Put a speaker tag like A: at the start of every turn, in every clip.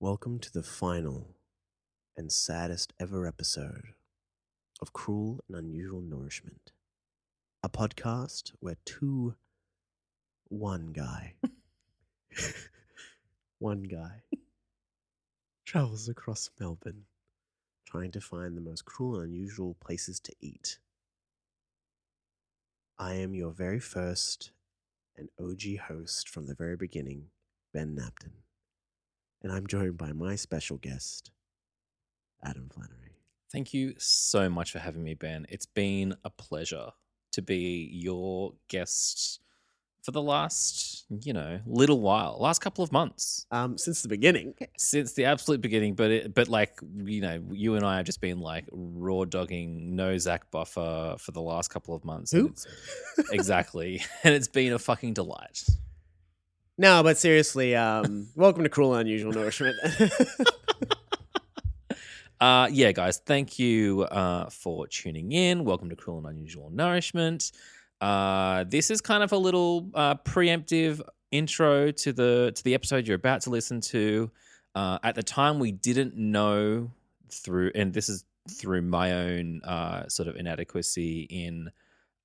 A: Welcome to the final and saddest ever episode of Cruel and Unusual Nourishment, a podcast where two, one guy, one guy travels across Melbourne trying to find the most cruel and unusual places to eat. I am your very first and OG host from the very beginning, Ben Napton. And I'm joined by my special guest, Adam Flannery.
B: Thank you so much for having me, Ben. It's been a pleasure to be your guest for the last, you know, little while, last couple of months
A: Um, since the beginning,
B: since the absolute beginning. But it, but like you know, you and I have just been like raw dogging no Zach Buffer for the last couple of months. and
A: Who?
B: it's- exactly, and it's been a fucking delight.
A: no, but seriously, um, welcome to Cruel and Unusual Nourishment.
B: Uh, yeah, guys, thank you uh, for tuning in. Welcome to Cruel and Unusual Nourishment. Uh, this is kind of a little uh, preemptive intro to the to the episode you're about to listen to. Uh, at the time, we didn't know through, and this is through my own uh, sort of inadequacy in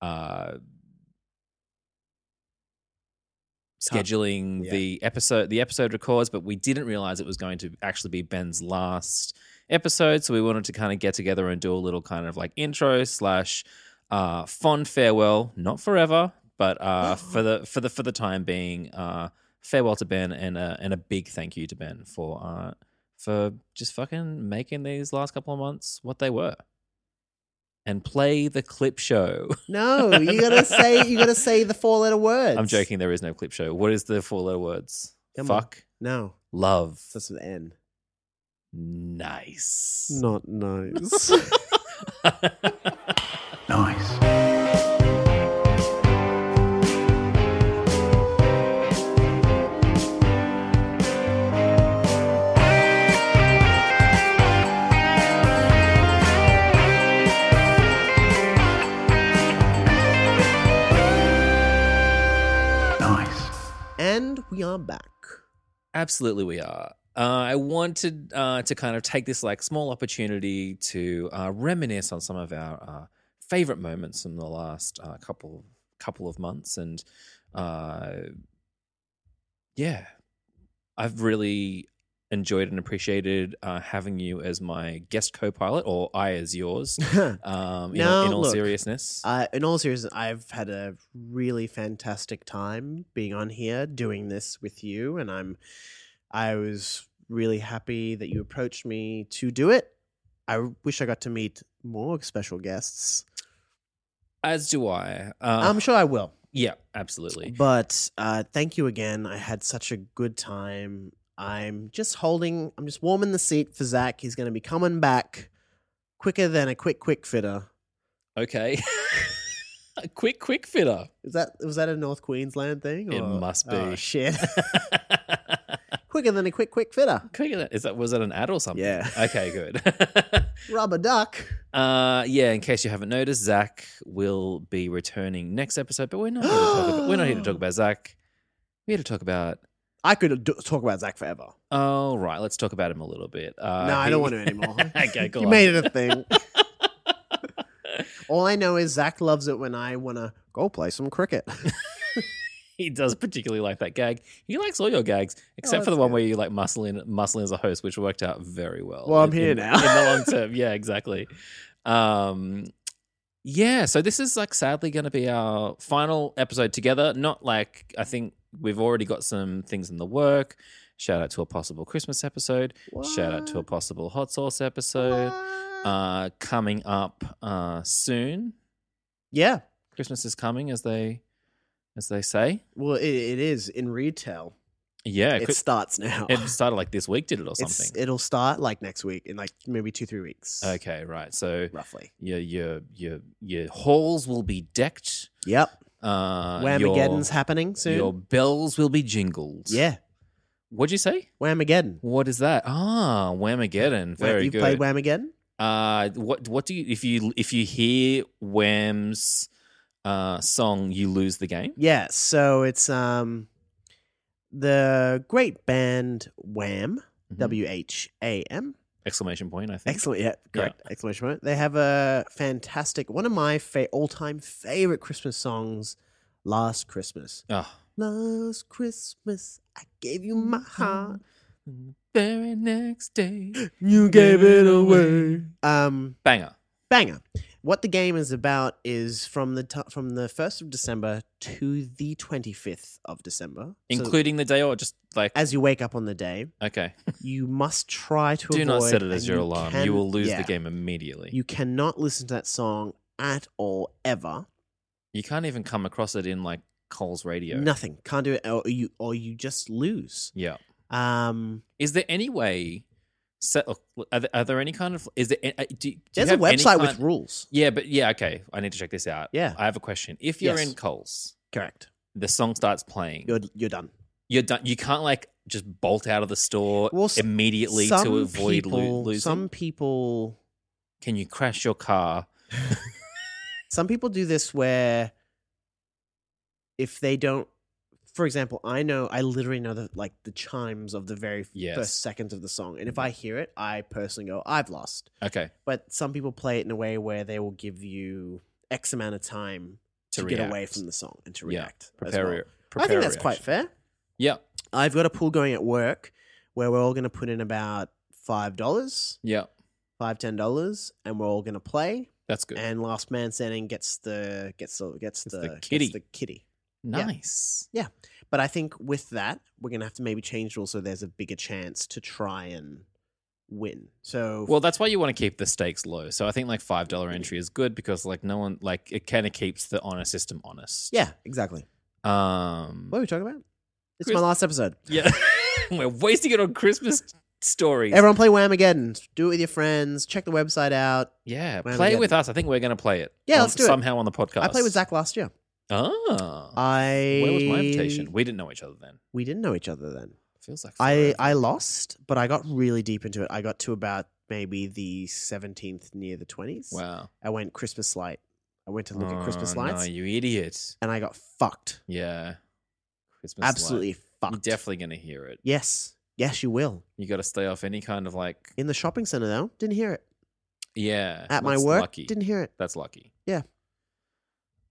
B: uh, scheduling
A: Yeah.
B: the episode the episode records, but we didn't realize it was going to actually be Ben's last episode. So we wanted to kind of get together and do a little kind of like intro slash uh, fond farewell, not forever, but uh, for the for the for the time being, uh, farewell to Ben and a, and a big thank you to Ben for uh, for just fucking making these last couple of months what they were. And play the clip show.
A: no, you gotta say you gotta say the four letter words.
B: I'm joking. There is no clip show. What is the four letter words?
A: Come on.
B: Fuck.
A: No,
B: Love.
A: starts with N.
B: Nice.
A: Not nice. and we are back.
B: Absolutely, we are. Uh, I wanted uh, to kind of take this like small opportunity to uh, reminisce on some of our uh, favorite moments from the last uh, couple couple of months, and uh, yeah, I've really enjoyed and appreciated uh, having you as my guest co-pilot, or I as yours. Um, in, all,
A: Now,
B: in all
A: look,
B: seriousness,
A: Uh, in all seriousness, I've had a really fantastic time being on here doing this with you, and I'm I was really happy that you approached me to do it. I wish I got to meet more special guests.
B: as do I. Uh,
A: I'm sure I will.
B: yeah, absolutely.
A: But uh, thank you again. I had such a good time. I'm just holding. I'm just warming the seat for Zach. He's going to be coming back quicker than a quick quick fitter.
B: Okay. A quick, quick fitter.
A: Is that was that a North Queensland thing?
B: It
A: or-
B: must
A: Oh,
B: be.
A: shit. quicker than a quick quick fitter.
B: Quick, is that was that an ad or something?
A: Yeah.
B: Okay, good.
A: Rubber duck.
B: uh, yeah. In case you haven't noticed, Zach will be returning next episode, but we're not. Here to talk about, we're not here to talk about Zach. We're here to talk about.
A: I could do- talk about Zach forever.
B: Oh right, let's talk about him a little bit. Uh,
A: no, I
B: he-
A: don't want to anymore.
B: okay, go
A: you
B: on.
A: made it a thing. All I know is Zach loves it when I want to go play some cricket.
B: he does particularly like that gag. He likes all your gags, except for the
A: Oh, that's
B: one
A: good.
B: where you like muscle in, muscle in as a host, which worked out very well.
A: Well, I'm
B: in-
A: here
B: in-
A: now.
B: in the long term, yeah, exactly. Um, yeah, so this is like sadly going to be our final episode together. Not like I think we've already got some things in the work. Shout out to a possible Christmas episode. Shout out to a
A: What?
B: possible hot sauce episode
A: What?
B: uh, coming up uh, soon.
A: yeah.
B: Christmas is coming, as they as they say.
A: Well, it, it is in retail.
B: Yeah,
A: it
B: Chri-
A: starts now.
B: It started like this week, did it, or
A: It's-
B: something?
A: it'll start like next week in like maybe two, three weeks.
B: okay, right. So
A: Roughly.
B: your your your your halls will be decked.
A: Yep.
B: Uh,
A: Whamageddon's
B: your,
A: happening soon.
B: Your bells will be jingled.
A: yeah.
B: What'd you say?
A: Whamageddon.
B: What is that? Ah, Whamageddon. Very
A: you
B: good.
A: played Whamageddon?
B: uh, what what do you if you if you hear Wham's uh, song, you lose the game.
A: Yeah, so it's um the great band Wham
B: Mhm.
A: W H A M.
B: Exclamation point, I think.
A: Excellent. Yeah, correct. Exclamation point. They have a fantastic one of my fa- all-time favorite Christmas songs, "Last Christmas."
B: Oh.
A: Last Christmas, I gave you my heart.
B: Very next day.
A: Mm-hmm. You
B: gave it away.
A: Um,
B: Banger.
A: banger. What the game is about is from the t- from the first of December to the twenty fifth of December. So
B: Including the day or just like,
A: as you wake up on the day,
B: okay.
A: you must try to
B: Do not
A: avoid
B: set it as
A: and
B: your alarm.
A: can-
B: you will lose
A: yeah.
B: the game immediately. You,
A: You cannot listen to that song at all ever.
B: can't even come across it in like Cole's radio.
A: Nothing. Can't do it or you or you just lose.
B: Yeah.
A: Um
B: Is there any way? Set, are, there, are there any kind of? Is there? a- uh, Do, do you
A: there's a
B: have any
A: website with
B: kind-
A: rules.
B: Yeah, but yeah, okay. I need to check this out.
A: Yeah.
B: I have a question. If you're
A: Yes.
B: in Coles,
A: Correct.
B: the song starts playing. You're,
A: You're you're done.
B: done. You can't like just bolt out of the store
A: Well, s-
B: immediately to avoid lo-
A: people,
B: losing.
A: some people
B: Can you crash your car?
A: some people do this where if they don't for example i know i literally know the like the chimes of the very f-
B: Yes. Mm-hmm.
A: first seconds of the song and if i hear it i personally go i've lost
B: Okay.
A: but some people play it in a way where they will give you x amount of time
B: To
A: to, get away
B: react.
A: from the song and to
B: Yeah.
A: react as
B: Prepare.
A: well.
B: your-
A: i
B: prepare
A: think that's quite
B: reaction.
A: fair
B: Yeah.
A: i've got a pool going at work where we're all going to put in about five dollars
B: Yeah.
A: five ten dollars and we're all going to play
B: That's good.
A: and last man standing gets the gets the gets
B: Gets the
A: the, gets
B: kitty.
A: the kitty. yeah.
B: nice.
A: But I think with that, we're gonna have to maybe change rules so there's a bigger chance to try and win. So
B: Well, that's why you want to keep the stakes low. So I think like five dollar entry is good because like no one like it kind of keeps the honor system honest.
A: yeah, exactly.
B: Um.
A: What are we talking about? It's
B: Chris-
A: my last episode.
B: Yeah. We're wasting it on Christmas stories.
A: Everyone play Whamageddon. Do it with your friends. Check the website out.
B: yeah.
A: Wham
B: Play
A: again.
B: with us. I think we're going to play it.
A: Yeah,
B: on-
A: let's do it.
B: somehow on the podcast.
A: I played with Zach last year.
B: Ah.
A: I
B: Where was my invitation? We didn't know each other then.
A: We didn't know each other then.
B: Feels like
A: I
B: forever.
A: I lost, but I got really deep into it. I got to about maybe the seventeenth, near the twenties.
B: wow.
A: I went Christmas light. I went to look at
B: Oh,
A: Christmas
B: no,
A: lights
B: you idiot.
A: and I got fucked.
B: Yeah. Christmas light.
A: Absolutely
B: You're
A: fucked.
B: definitely going to hear it.
A: Yes. Yes, you will.
B: You got to stay off any kind of like
A: In the shopping center though, didn't hear it.
B: yeah.
A: At my
B: that's
A: work,
B: lucky.
A: didn't hear it.
B: That's lucky.
A: Yeah.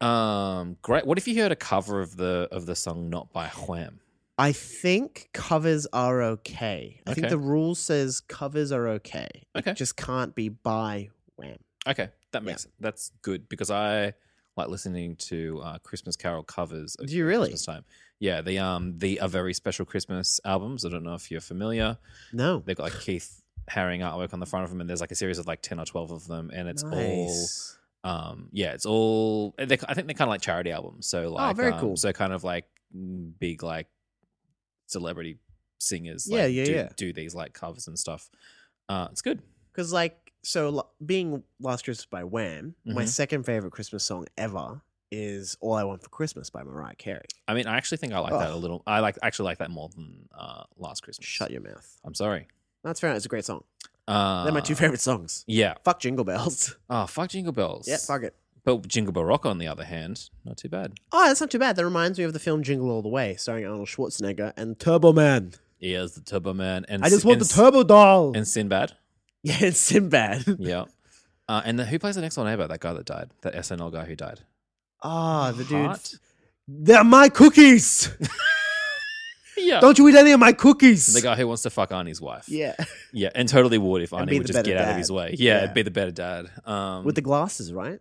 B: Um, great. What if you heard a cover of the of the song "Not by Wham"?
A: I think covers are okay. I
B: Okay.
A: think the rule says covers are okay.
B: Okay.
A: It just can't be by wham.
B: Okay, that makes it. That's good because I like listening to uh, Christmas Carol covers.
A: Do you really?
B: Christmas time. Yeah, the um the a very special Christmas albums. I don't know if you're familiar.
A: No.
B: They've got like Keith Haring artwork on the front of them, and there's like a series of like ten or twelve of them, and it's
A: Nice.
B: all um yeah, it's all. They, I think they're kind of like charity albums. So like
A: Oh, very
B: um,
A: cool.
B: So kind of like mm, big like celebrity singers.
A: Yeah,
B: like,
A: yeah,
B: do,
A: yeah.
B: Do these like covers and stuff. Uh, it's good.
A: Because like so, lo- being Last Christmas by Wham, my
B: Mhm.
A: second favorite Christmas song ever is All I Want for Christmas by Mariah Carey.
B: I mean, I actually think I like that a
A: Ugh.
B: little. I like actually like that more than uh, last Christmas.
A: Shut your mouth.
B: I'm sorry.
A: That's fair. It's a great song.
B: Uh,
A: They're my two favorite songs.
B: Yeah.
A: Fuck Jingle Bells.
B: Oh, fuck Jingle Bells.
A: yeah, fuck it.
B: But Jingle Bell Rock, on the other hand, not too bad.
A: Oh, that's not too bad. That reminds me of the film Jingle All the Way, starring Arnold Schwarzenegger and Turbo Man.
B: Yeah, it's the Turbo Man and
A: I just
B: Sin-
A: want the
B: and,
A: Turbo Doll.
B: and Sinbad.
A: yeah, it's Sinbad.
B: Yeah. Uh, and the, who plays the next door neighbor? That guy that died. That SNL guy who died.
A: Ah, the dude.
B: Hart?
A: They're my cookies.
B: Yeah.
A: Don't you eat any of my cookies.
B: the guy who wants to fuck Arnie's wife.
A: yeah,
B: Yeah, and totally would if
A: And
B: Arnie
A: be
B: would
A: the
B: just
A: better
B: get out of
A: dad.
B: his way. Yeah,
A: Yeah.
B: be the better dad. Um,
A: with the glasses, right?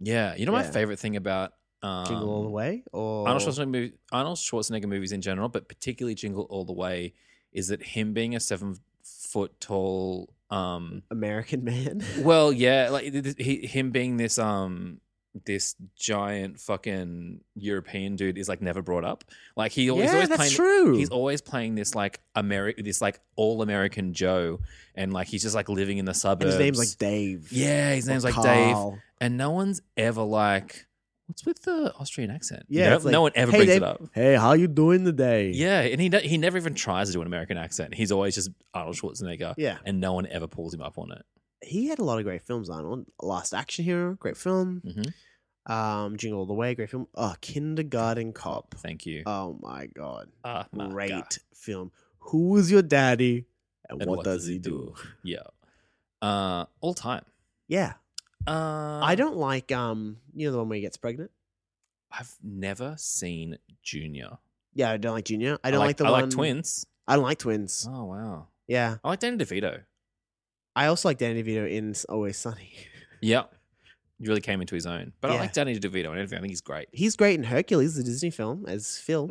B: yeah, you know my
A: Yeah.
B: favorite thing about um,
A: Jingle All the Way, or
B: Arnold Schwarzenegger, movie, Arnold Schwarzenegger movies in general, but particularly Jingle All the Way, is that him being a seven foot tall, um,
A: American Man.
B: well, yeah, like th- th- he, him being this, um, this giant fucking European dude is like never brought up. Like he always,
A: yeah,
B: always
A: that's
B: playing,
A: true.
B: he's always playing this like Ameri- this like all American Joe, and like he's just like living in the
A: And
B: suburbs.
A: his name's like Dave.
B: yeah, his
A: or
B: name's like Dave,
A: Carl.
B: and no one's ever like, what's with the Austrian accent?
A: Yeah,
B: no,
A: it's like,
B: no one ever
A: "Hey,
B: brings
A: Dave."
B: it up.
A: Hey, how you doing today?
B: Yeah, and he ne- he never even tries to do an American accent. He's always just Arnold Schwarzenegger,
A: yeah.
B: and no one ever pulls him up on it.
A: He had a lot of great films. Arnold, Last Action Hero, great film.
B: Mhm.
A: Um, Jingle All the Way, great film. Oh, Kindergarten Cop.
B: Thank you.
A: Oh my god,
B: Ah, my
A: Ah, great
B: God.
A: film. Who was your daddy? And, what does he do?
B: Yeah. Uh, all time.
A: Yeah.
B: Uh,
A: I don't like um you know the one where he gets pregnant?
B: I've never seen Junior.
A: Yeah, I don't like Junior. I don't like,
B: like
A: the
B: I
A: one
B: like twins.
A: I don't like twins.
B: Oh wow.
A: Yeah.
B: I like Danny DeVito.
A: I also like Danny DeVito in S- Always Sunny.
B: Yeah. He really came into his own. But I
A: Yeah.
B: like Danny DeVito and everything. I think he's great.
A: He's great in Hercules, the Disney film, as Phil.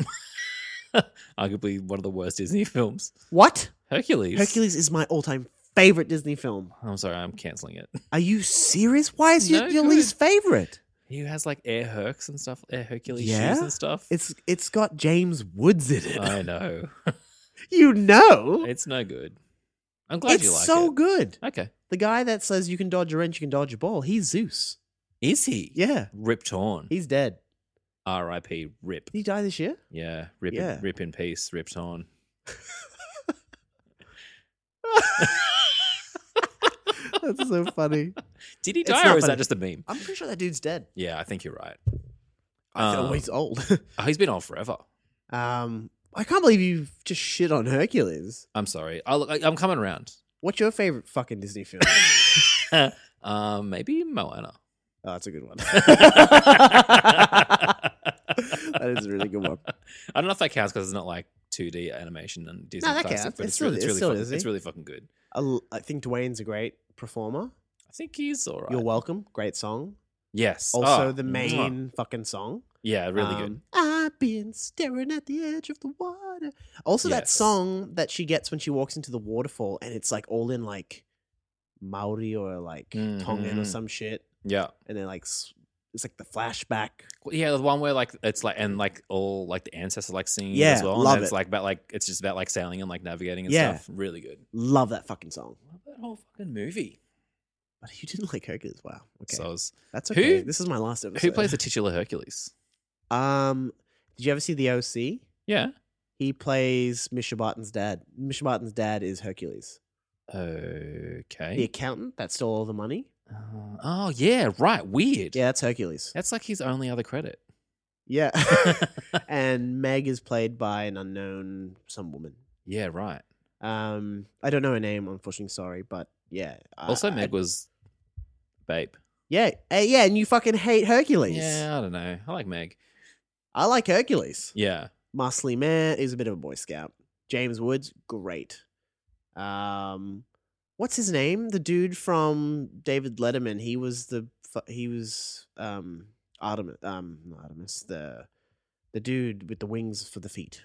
B: Arguably one of the worst Disney films.
A: what?
B: Hercules.
A: Hercules is my all-time favorite Disney film.
B: I'm sorry, I'm canceling it.
A: Are you serious? Why is
B: No,
A: it your
B: good.
A: least favorite?
B: He has like Air Hercs and stuff, Air Hercules shoes
A: Yeah?
B: and stuff.
A: It's it's got James Woods in it.
B: I know.
A: you know,
B: it's no good. I'm glad
A: it's
B: you like
A: so
B: it.
A: good.
B: Okay.
A: The guy that says you can dodge a wrench, you can dodge a ball. He's Zeus.
B: Is he?
A: Yeah,
B: Rip Torn.
A: he's dead.
B: R.I.P. Rip.
A: Did he die this year?
B: Yeah. Rip,
A: Yeah.
B: In, rip in peace. Rip Torn.
A: That's so funny.
B: Did he
A: It's
B: die
A: not
B: or is that
A: funny.
B: just a meme?
A: I'm pretty sure that dude's dead.
B: Yeah, I think you're right.
A: I
B: Um,
A: feel he's old.
B: Oh, he's been on forever.
A: um, I can't believe you just shit on Hercules.
B: I'm sorry. I'll, I, I'm coming around.
A: What's your favorite fucking Disney film?
B: um, maybe Moana.
A: oh, that's a good one.
B: I
A: that is a really good one.
B: don't know if that counts because it's not like 2D animation and Disney
A: No, that
B: classic,
A: counts.
B: but
A: It's
B: it's,
A: still-
B: really, it's
A: it's
B: really
A: still eh?
B: fucking,
A: Disney.
B: it's really fucking good.
A: I l- I think Dwayne's a great performer.
B: I think he's all right.
A: You're Mm-hmm. welcome. Great song.
B: yes.
A: Also,
B: Oh,
A: the
B: mwah.
A: main fucking song.
B: Yeah, really good.
A: Um, I've been staring at the edge of the water. Also, that
B: Yes.
A: song that she gets when she walks into the waterfall, and it's like all in like Maori or like Tongan or
B: Mhm.
A: some shit,
B: Yeah.
A: and then like s- it's like the flashback.
B: Well, Yeah, the one where like it's like and like all like the ancestors like singing it
A: Yeah,
B: as well. and
A: love
B: then it's
A: it.
B: like about like it's just about like sailing and like navigating and
A: Yeah.
B: stuff. Really good.
A: Love that fucking song.
B: Love that whole fucking movie.
A: But you didn't like Hercules. Wow. Okay,
B: So I was-
A: that's
B: who-
A: okay. this is my last episode.
B: who plays the titular Hercules?
A: Um, did you ever see the OC?
B: Yeah.
A: He plays Misha Barton's dad. Misha Barton's dad is Hercules, the
B: Okay.
A: accountant that stole all the money.
B: Uh, oh yeah, right. Weird.
A: Yeah, that's Hercules.
B: That's like his only other credit.
A: Yeah. and Meg is played by an unknown some woman.
B: yeah, right.
A: Um, I don't know her name, unfortunately. Sorry, but yeah. I-
B: Also,
A: I-
B: Meg was Babe.
A: yeah, eh, yeah, and you fucking hate Hercules.
B: Yeah, I don't know. I like Meg.
A: I like Hercules.
B: Yeah.
A: Muscly man is a bit of a boy scout. James Woods, great. Um, what's his name? The dude from David Letterman. He was the fu- he was um Artemis. Um, not Artemis. The the dude with the wings for the feet.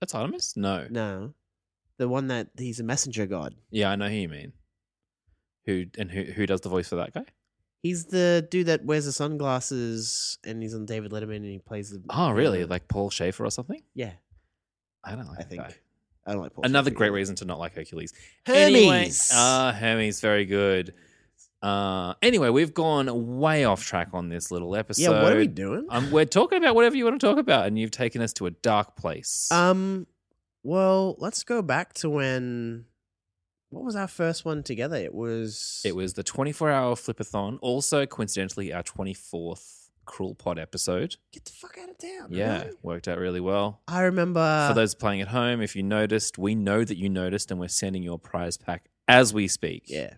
B: That's Artemis? No.
A: No, the one that he's a messenger god.
B: Yeah, I know who you mean. Who and who who does the voice for that guy?
A: He's the dude that wears the sunglasses and he's on David Letterman and he plays the.
B: Oh, really?
A: Yeah.
B: Like Paul Schaefer or something?
A: yeah,
B: I don't like
A: I
B: that
A: think.
B: guy.
A: I don't like Paul.
B: Another
A: Schaefer
B: great
A: either.
B: reason to not like Hercules.
A: Hermes.
B: Anyway, ah, Hermes, very good. Uh, anyway, we've gone way off track on this little episode.
A: yeah, what are we doing?
B: Um, we're talking about whatever you want to talk about, and you've taken us to a dark place.
A: Um, well, let's go back to when. What was our first one together? It was.
B: it was the 24 hour flipathon, also coincidentally our 24th Cruel Pod episode.
A: Get the fuck out of town.
B: Yeah,
A: really? Uh,
B: worked out really well.
A: I remember.
B: For those playing at home, if you noticed, we know that you noticed, and we're sending your prize pack as we speak.
A: yeah,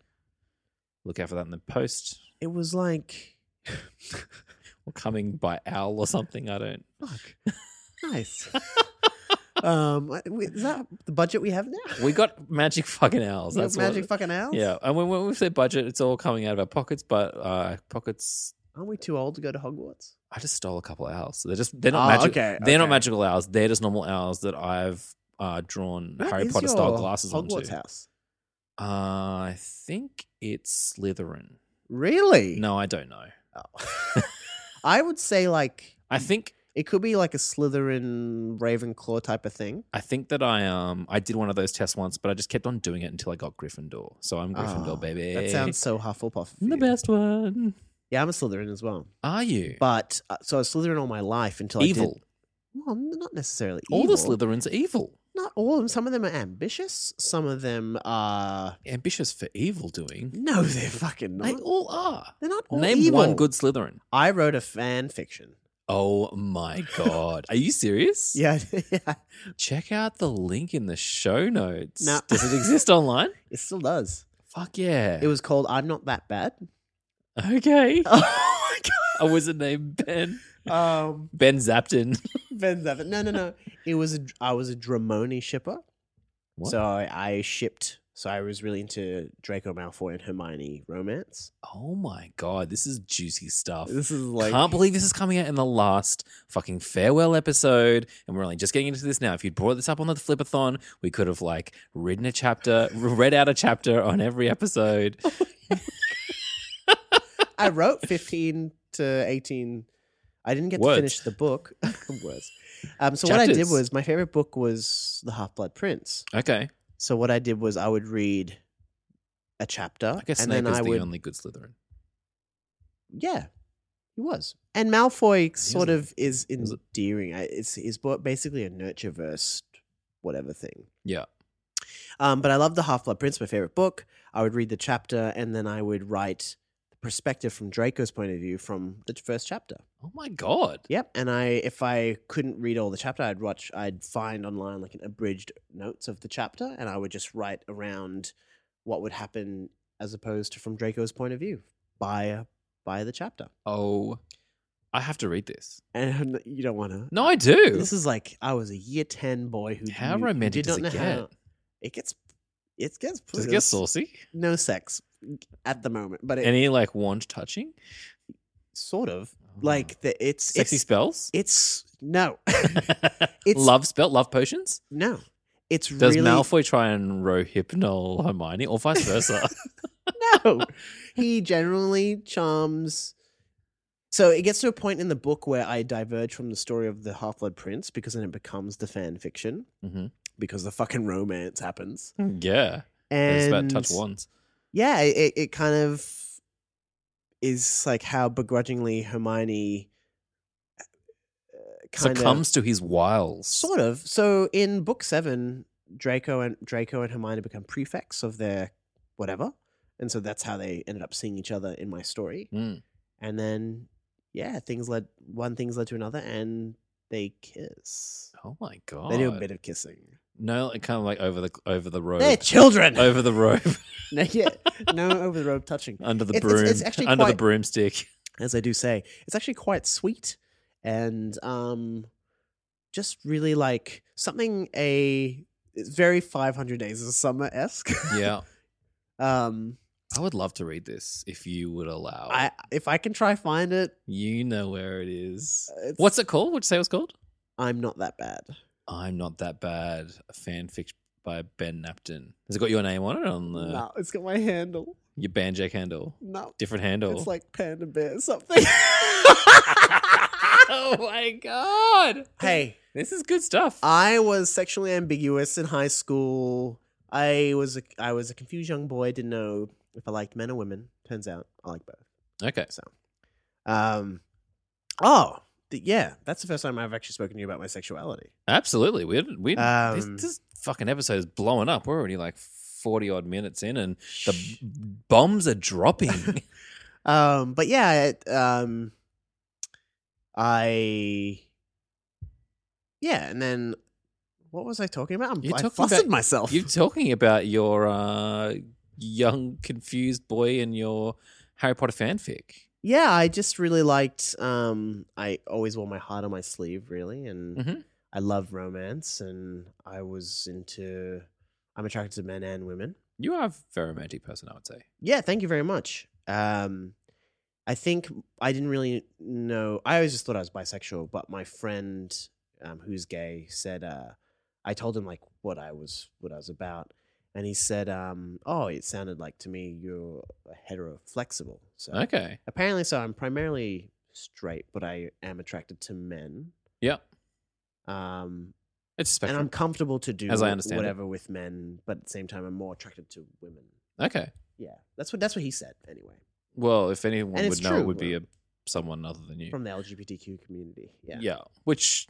B: Look out for that in the post
A: it was like.
B: or coming by owl or something. I don't.
A: Fuck. nice. um, I- wait, is that the budget we have now?
B: We got magic fucking owls.
A: We got
B: That's what-
A: magic fucking owls.
B: Yeah, and when, when we say budget, it's all coming out of our pockets, but uh, pockets.
A: Aren't we too old to go to Hogwarts?
B: I just stole a couple of owls. They're just they're not
A: Oh,
B: magic.
A: okay,
B: They're not
A: okay.
B: magical owls. They're just normal owls that I've uh, drawn
A: What
B: Harry
A: is
B: Potter style
A: your
B: glasses
A: Hogwarts
B: onto. Uh,
A: house.
B: I think it's Slytherin.
A: Really?
B: No, I don't know.
A: Oh. I would say like
B: I think
A: it could be like a Slytherin Ravenclaw type of thing.
B: I think that I um I did one of those tests once, but I just kept on doing it until I got Gryffindor. So I'm Gryffindor,
A: Oh,
B: baby.
A: That sounds so Hufflepuff. of
B: Eh. the
A: you.
B: best one.
A: Yeah, I'm a Slytherin as well.
B: Are you
A: But uh, so I was Slytherin all my life until I
B: evil?
A: did. Well, n- not necessarily.
B: All the
A: evil.
B: Slytherins are evil.
A: Not all of them. Some of them are ambitious. Some of them are.
B: Ambitious for evil doing.
A: No, they're fucking not.
B: They all are.
A: They're not all
B: Name
A: evil.
B: one good Slytherin.
A: I wrote a fan fiction
B: Oh my god. Are you serious?
A: Yeah, yeah.
B: Check out the link in the show notes.
A: No.
B: Does it exist online?
A: It still does.
B: Fuck yeah.
A: It was called I'm Not That Bad.
B: okay.
A: Oh my
B: I was named Ben.
A: god. Um
B: Ben Zapton.
A: Ben Zaffin. No, no, no. It was a, I was a Dramoni shipper.
B: What?
A: So I, I shipped so I was really into Draco Malfoy and Hermione romance.
B: Oh my god, this is juicy stuff.
A: This is like
B: Can't believe this is coming out in the last fucking farewell episode, and we're only just getting into this now. If you'd brought this up on the flipathon, we could have like written a chapter, read out a chapter on every episode.
A: I wrote 15 to 18. I didn't get to
B: Words.
A: finish the book. Words. Um, so what I did
B: Chapters.
A: was my favorite book was The Half Blood Prince.
B: Okay,
A: So what I did was I would read a chapter,
B: I guess
A: and
B: Snape
A: then
B: is
A: I
B: the
A: would,
B: only good Slytherin.
A: yeah, he was. And Malfoy sort
B: a-
A: of is
B: was a-
A: endearing. I- It's he's bo- basically a nurture versed whatever thing.
B: Yeah.
A: Um, but I love the Half Blood Prince, my favorite book. I would read the chapter, and then I would write the perspective from Draco's point of view from the first chapter.
B: Oh my god,
A: Yep. And I, if I couldn't read all the chapter, I'd watch, I'd find online like an abridged notes of the chapter, and I would just write around what would happen as opposed to from Draco's point of view by by the chapter.
B: oh, I have to read this.
A: And you don't want to.
B: No, I do.
A: This is like I was a year ten boy who
B: How
A: knew- who
B: romantic
A: did not
B: does it
A: know how-
B: get?
A: It gets. It gets.
B: Does it get saucy?
A: No sex at the moment, but it
B: Any like wand touching?
A: sort of like the, it's
B: Mm. sexy
A: it's,
B: spells?
A: it's no
B: it's, love spell, love potions.
A: no. It's
B: Does
A: really
B: Malfoy try and rohypnol Hermione, or vice versa?
A: No. he generally charms. So it gets to a point in the book where I diverge from the story of the Half Blood Prince because then it becomes the fan fiction
B: Mhm.
A: because the fucking romance happens.
B: Yeah,
A: And
B: it's about touch wands.
A: Yeah, it, it kind of is like how begrudgingly Hermione uh, kind of
B: Succumbs to his wiles.
A: Sort of. So in book seven, Draco and Draco and Hermione become prefects of their whatever, and so that's how they ended up seeing each other in my story.
B: Mm.
A: And then, yeah, things led one things led to another, and they kiss.
B: Oh my god!
A: They do a bit of kissing.
B: No, like, kind of like over the over the robe,
A: They're children.
B: over the robe,
A: no, yeah, no over the road touching,
B: under the
A: It's-
B: broom,
A: it's- it's actually
B: under the
A: quite-
B: broomstick.
A: as I do say. It's actually quite sweet, and um, just really like something a. It's very 500 Days of Summer esque.
B: yeah,
A: Um,
B: I would love to read this if you would allow.
A: I if I can try find it,
B: you know where it is.
A: uh, it's,
B: What's it called? Would you say it was called?
A: I'm not that bad.
B: I'm not that bad. A fanfic by Ben Napton. Has it got your name on it on the
A: No, it's got my handle.
B: your banjack handle?
A: No,
B: Different handle.
A: it's like panda bear or something.
B: oh my god!
A: hey, Uh,
B: this is good stuff.
A: I was sexually ambiguous in high school. I was a I was a confused young boy. Didn't know if I liked men or women. Turns out I like both.
B: okay.
A: Um, oh th- yeah, that's the first time I've actually spoken to you about my sexuality.
B: Absolutely. We didn't- we didn't-
A: Um,
B: this, this fucking episode is blowing up. We're already like 40 odd minutes in and the b- bombs are dropping.
A: Um, but yeah, it, um, I, yeah, and then what was I talking about? I'm,
B: You're
A: I
B: talking
A: flustered
B: about-
A: myself.
B: You're talking about your uh, young confused boy and your Harry Potter fanfic.
A: yeah, I just really liked. Um, I always wore my heart on my sleeve, really, and
B: Mhm.
A: I love romance, and I was into. I'm attracted to men and women.
B: You are a very romantic person, I would say.
A: Yeah, thank you very much. Um, I think I didn't really know. I always just thought I was bisexual, but my friend, um, who's gay, said uh, I told him like what I was, what I was about, and he said, um, "Oh, it sounded like to me you're hetero flexible." So
B: Okay.
A: apparently, so I'm primarily straight, but I am attracted to men.
B: Yeah.
A: Um,
B: It's a
A: and I'm
B: spectrum.
A: comfortable to do
B: As I understand it.
A: whatever with men, but at the same time, I'm more attracted to women.
B: okay.
A: Yeah, that's what that's what he said anyway.
B: Well, if anyone
A: And
B: would
A: it's
B: know, it
A: true.
B: would be a, someone other than you.
A: from the LGBTQ community. Yeah.
B: yeah. Which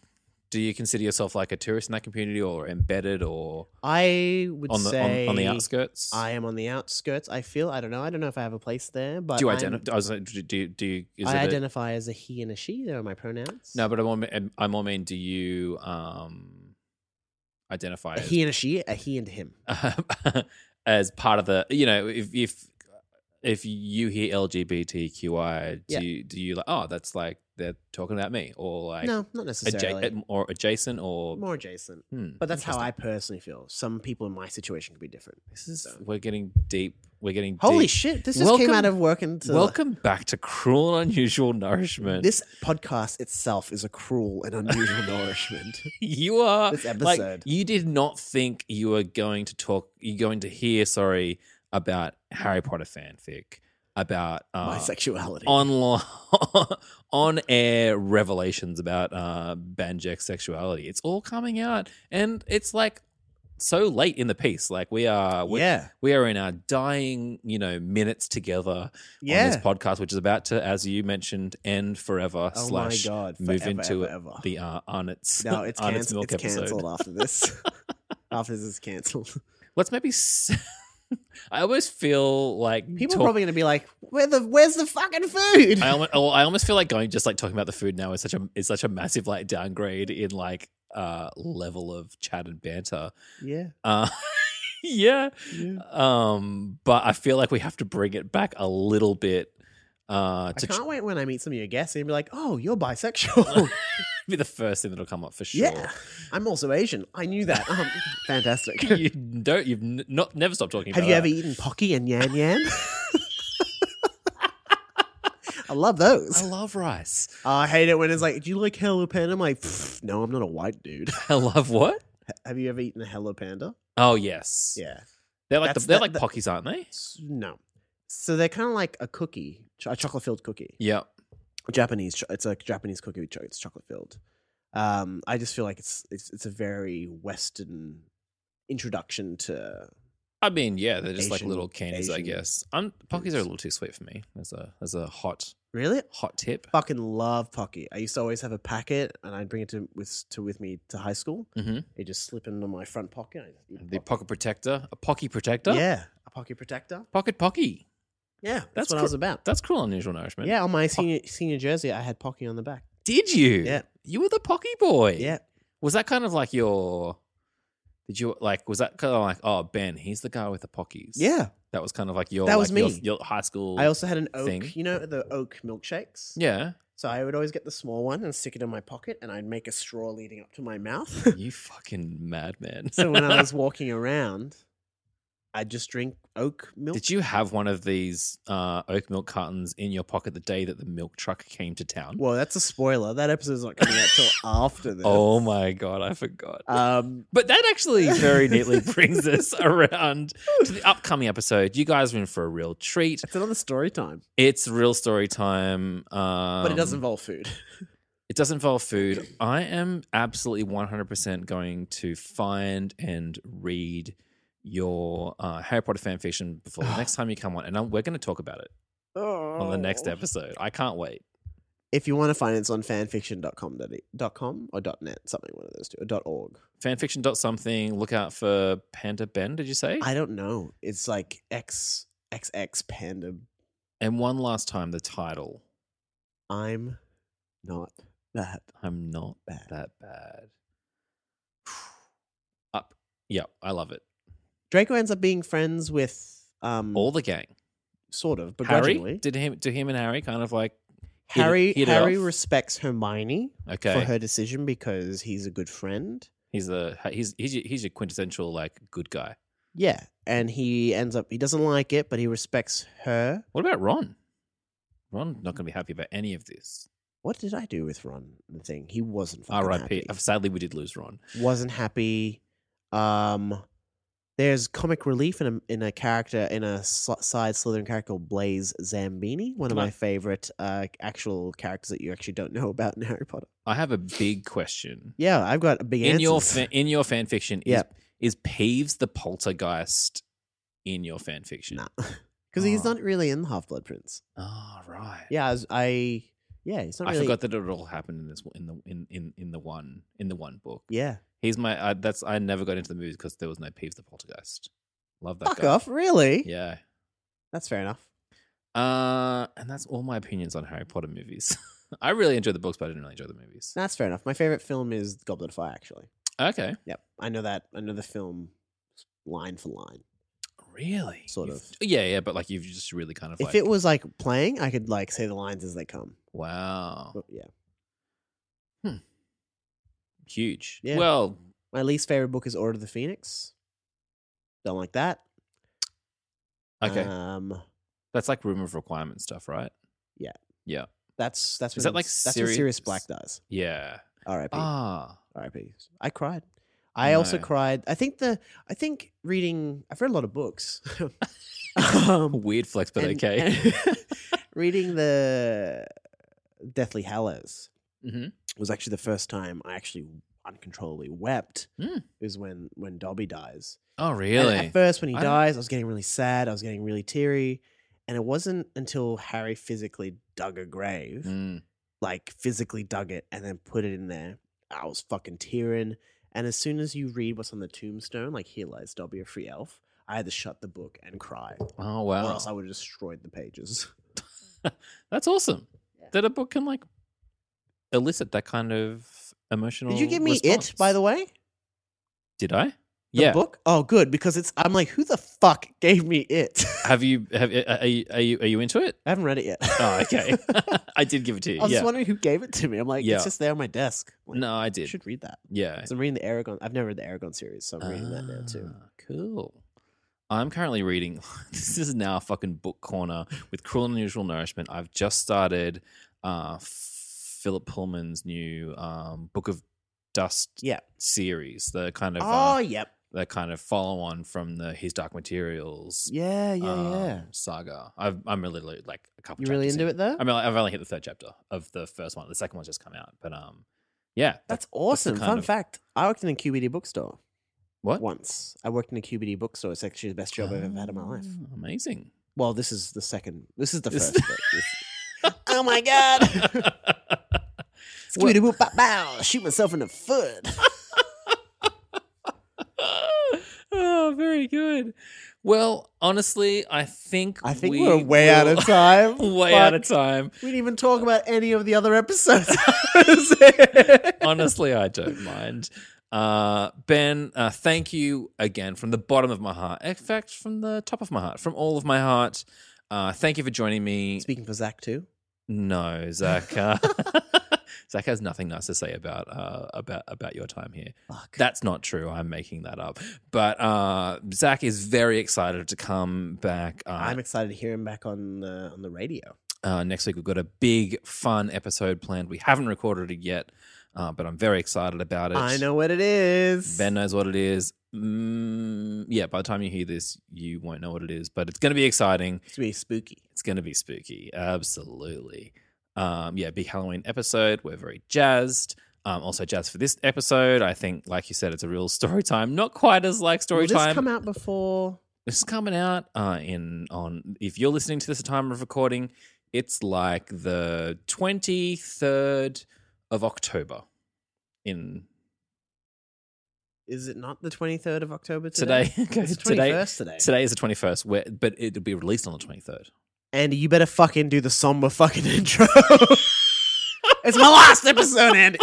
B: Do you consider yourself like a tourist in that community, or embedded, or
A: I would
B: on the
A: say
B: on, on the outskirts?
A: I am on the outskirts. I feel I don't know. I don't know if I have a place there, but
B: do you
A: I'm-
B: identify? I was like, do, do do you? Is
A: I
B: it a-
A: identify as a he and a she. There are my pronouns.
B: no, but I'm more, mean- I'm more mean. Do you um identify
A: a
B: as,
A: he and a she, a he and him.
B: as part of the? You know, if if if you hear LGBTQI, do
A: Yeah.
B: you do you like? Oh, that's like they're talking about me, or like
A: no, not necessarily.
B: adja- or adjacent, or
A: More adjacent.
B: Hmm,
A: But that's how
B: interesting.
A: I personally feel. Some people in my situation could be different.
B: This is
A: So-
B: we're getting deep. We're getting
A: Holy
B: deep.
A: shit! This just came
B: Welcome-
A: out of work into
B: Welcome back to cruel and unusual nourishment.
A: This podcast itself is a cruel and unusual nourishment.
B: you are
A: This
B: Uh, like
A: episode.
B: you did not think you were going to talk. You're going to hear sorry about Harry Potter fanfic about
A: my
B: uh,
A: sexuality.
B: online on air revelations about uh, Banjek's sexuality. It's all coming out, and it's like so late in the piece. Like we are, we,
A: yeah,
B: we are in our dying, you know, minutes together. on this
A: yeah.
B: podcast, which is about to, as you mentioned, end forever
A: Oh my
B: slash
A: god!
B: move
A: forever,
B: into
A: ever, ever.
B: the uh, Arnott's,
A: no, it's,
B: Arnott's
A: canc-
B: Milk
A: it's
B: episode.
A: cancelled after this. after this is cancelled.
B: Let's maybe. S- I always feel like
A: People
B: talk-
A: are probably going to be like, "Where the where's the fucking food?"
B: I almost, I almost feel like going just like talking about the food now is such a is such a massive like downgrade in like uh level of chat and banter.
A: yeah,
B: Uh, yeah,
A: yeah.
B: um, but I feel like we have to bring it back a little bit. Uh,
A: I
B: to
A: can't
B: tr-
A: wait when I meet some of your guests and be like, "Oh, you're bisexual."
B: be the first thing that'll come up for sure.
A: yeah, I'm also Asian. I knew that. Um, fantastic.
B: you don't. You've n- not never stopped talking.
A: Have
B: about
A: you
B: that.
A: ever eaten pocky and yan yan? I love those. Oh,
B: I love rice.
A: I hate it when it's like, do you like Hello Panda? I'm like, "Pfft, no, I'm not a white dude.
B: I love what?
A: Have you ever eaten a Hello Panda?
B: Oh yes,
A: Yeah.
B: They're like the,
A: That's
B: they're
A: the-
B: like
A: the-
B: pockies, aren't they?
A: S- No. So they're kind of like a cookie, ch- a chocolate filled cookie.
B: Yeah.
A: A Japanese, cho- it's a Japanese cookie. with cho- It's chocolate filled. Um, I just feel like it's it's it's a very Western introduction to.
B: I mean, yeah, they're just like
A: Asian-
B: little candies, I
A: Asian
B: guess. I'm, pockies are a
A: foods.
B: little too sweet for me. As a as a hot
A: Really,
B: hot tip.
A: fucking love Pocky. I used to always have a packet, and I'd bring it to with to with me to high school.
B: Mhm.
A: It just slip into my front pocket. I just eat
B: The
A: Pocky.
B: pocket protector, a pocky protector.
A: yeah, a pocket protector.
B: Pocket pocky.
A: Yeah, that's,
B: That's
A: what
B: cool.
A: I was about.
B: That's cruel and unusual nourishment.
A: Yeah, on my senior senior jersey, I had Pocky on the back.
B: Did you?
A: Yeah.
B: You were the pocky boy.
A: Yeah,
B: Was that kind of like your? Did you like? Was that kind of like? Oh, Ben, he's the guy with the pockies.
A: yeah.
B: That was kind of like your.
A: That was
B: like, your-
A: me.
B: Your, high school.
A: I also had an oak.
B: Thing.
A: You know the oak milkshakes.
B: Yeah.
A: So I would always get the small one and stick it in my pocket, and I'd make a straw leading up to my mouth.
B: You fucking madman.
A: so when I was walking around, I'd just drink oak milk.
B: Did you have one of these uh, oat milk cartons in your pocket the day that the milk truck came to town?
A: Well, that's a spoiler. That episode's not coming out till after this.
B: Oh my god, I forgot.
A: Um,
B: but that actually very neatly brings us around to the upcoming episode. You guys are in for a real treat.
A: it's another story time,
B: It's real story time, um,
A: but it does involve food.
B: It does involve food. I am absolutely one hundred percent going to find and read your uh, Harry Potter fan fiction before the next time you come on, and i we're going to talk about it on the
A: Oh.
B: next episode. I can't wait.
A: If you want to find it, it's on fanfiction.com dot- e, dot com or dot .net, something one of those two, or dot .org.
B: fanfiction dot something. Look out for Panda Ben. Did you say?
A: I don't know. It's like X XX Panda.
B: and one last time, the title.
A: I'm not that
B: I'm not
A: bad.
B: that bad. Up. Yeah, I love it.
A: Draco ends up being friends with um
B: All the gang.
A: sort of
B: Harry.
A: begrudgingly.
B: Did him? Did him and Harry kind of like? hit it-
A: Harry
B: hit it
A: Harry
B: off?
A: respects Hermione
B: Okay.
A: for her decision because he's a good friend.
B: He's the he's he's your, he's your quintessential like good guy.
A: Yeah, and he ends up he doesn't like it, but he respects her.
B: What about Ron? Ron's not going to be happy about any of this.
A: What did I do with Ron? The thing he wasn't fucking
B: R.I.P.
A: happy.
B: Sadly, we did lose Ron.
A: wasn't happy. Um, there's comic relief in a in a character in a sl- side Slytherin character called Blaze Zambini, one of
B: Can I-
A: my favorite uh, actual characters that you actually don't know about in Harry Potter.
B: I have a big question.
A: Yeah, I've got a big
B: in
A: answers.
B: your fan, in your fan fiction is,
A: Yeah.
B: is Peeves the poltergeist in your fan fiction?
A: nah, because he's
B: Oh.
A: not really in Half Blood Prince.
B: Oh, right.
A: Yeah, I, was- I Yeah, it's not
B: I
A: really.
B: forgot that it all happened in this in the in, in, in the one in the one book.
A: Yeah.
B: He's my uh, that's I never got into the movies because there was no Peeves the Poltergeist. Love that
A: Fuck
B: guy.
A: off, really?
B: Yeah.
A: That's fair enough.
B: Uh, and that's all my opinions on Harry Potter movies. I really enjoyed the books, but I didn't really enjoy the movies.
A: That's fair enough. My favorite film is Goblet of Fire, actually.
B: Okay,
A: Yep. I know that. I know the film line for line.
B: really,
A: Sort
B: You've-
A: of.
B: Yeah, yeah, but like you've just really kind of
A: If
B: like,
A: it was like playing, I could like say the lines as they come.
B: wow,
A: But yeah.
B: huge.
A: Yeah.
B: Well,
A: My least favorite book is Order of the Phoenix. Don't like that.
B: okay,
A: Um,
B: that's like Room of Requirement stuff, right?
A: that's that's
B: Is
A: when-
B: that like
A: that's what
B: serious-
A: Sirius Black does.
B: Yeah.
A: R.I.P.
B: Ah,
A: R.I.P. I cried. I also
B: No.
A: cried. I think the I think reading. I've read a lot of books. um,
B: weird flex, but
A: and-
B: okay.
A: and reading the Deathly Hallows
B: Mhm.
A: was actually the first time I actually uncontrollably wept.
B: Hmm.
A: Is when when Dobby dies.
B: Oh,
A: And
B: really?
A: at first, when he
B: I don't-
A: dies, I was getting really sad. I was getting really teary. And it wasn't until Harry physically dug a grave,
B: Mm.
A: like physically dug it and then put it in there, I was fucking tearing. And as soon as you read what's on the tombstone, like here lies Dobby, a free elf, I had to shut the book and cry,
B: Oh,
A: or
B: wow,
A: else I would have destroyed the pages.
B: that's awesome.
A: Yeah.
B: That a book can like elicit that kind of emotional.
A: Did you give me
B: response.
A: it, by the way?
B: Did I?
A: The
B: yeah.
A: book? Oh, good, because it's. I'm like, who the fuck gave me it?
B: Have you have are you are you, are you into it?
A: I haven't read it yet.
B: Oh, okay. I did give it to you.
A: I was
B: yeah.
A: just wondering who gave it to me. I'm like,
B: Yeah.
A: it's just there on my desk. Like,
B: no, I
A: I
B: did.
A: should read that.
B: Yeah.
A: So I'm reading the Aragon. I've never read the Aragon series, so I'm reading that now too.
B: Ah, Cool. I'm currently reading. this is now a fucking book corner with Cruel and Unusual Nourishment. I've just started uh, Philip Pullman's new um, Book of Dust
A: Yeah.
B: series. The kind of
A: Oh,
B: uh,
A: yep.
B: the kind of follow on from the His Dark Materials
A: Yeah, yeah,
B: um,
A: yeah.
B: saga. I've, I'm really like a couple.
A: You really
B: chapters
A: into
B: in.
A: it though?
B: I mean, I've only hit the third chapter of the first one. The second one's just come out, but um, yeah, that's
A: That's awesome.
B: kind
A: Fun
B: of-
A: fact: I worked in a QBD bookstore
B: what
A: once. I worked in a QBD bookstore. It's actually the best job I've ever had in my life.
B: Ah, Amazing.
A: Well, this is the second. This is the
B: This-
A: first. but this- oh my god! Scooty whoop bow bow! Shoot myself in the foot.
B: oh, very good. Well, honestly, I think
A: I think
B: we
A: we are way out of
B: will-
A: time.
B: way out of time.
A: We didn't even talk about any of the other episodes.
B: Honestly, I don't mind. Uh, ben, uh, thank you again from the bottom of my heart. In fact, from the top of my heart, from all of my heart. Uh, thank you for joining me.
A: Speaking for Zach too.
B: No, Zach. Uh, Zach has nothing nice to say about uh, about about your time here.
A: Fuck.
B: That's not true. I'm making that up. But uh, Zach is very excited to come back. Uh,
A: I'm excited to hear him back on the on the radio.
B: uh, next week we've got a big fun episode planned. We haven't recorded it yet, uh, but I'm very excited about it.
A: I know what it is.
B: Ben knows what it is. Mm, yeah, by the time you hear this, you won't know what it is, but it's going to be exciting.
A: It's gonna be spooky.
B: It's going to be spooky. Absolutely. Um, yeah, big Halloween episode. We're very jazzed. Um, also jazzed for this episode. I think, like you said, it's a real story time. Not quite as like story
A: Will this
B: time.
A: come out before?
B: this is coming out uh, in on if you're listening to this at the time of recording, it's like the twenty third of October in
A: Is it not the 23rd of October today?
B: today. Okay,
A: It's the
B: today
A: 21st today.
B: today is the twenty first, but it'll be released on the twenty third.
A: Andy, you better fucking do the somber fucking intro. it's my last episode, Andy.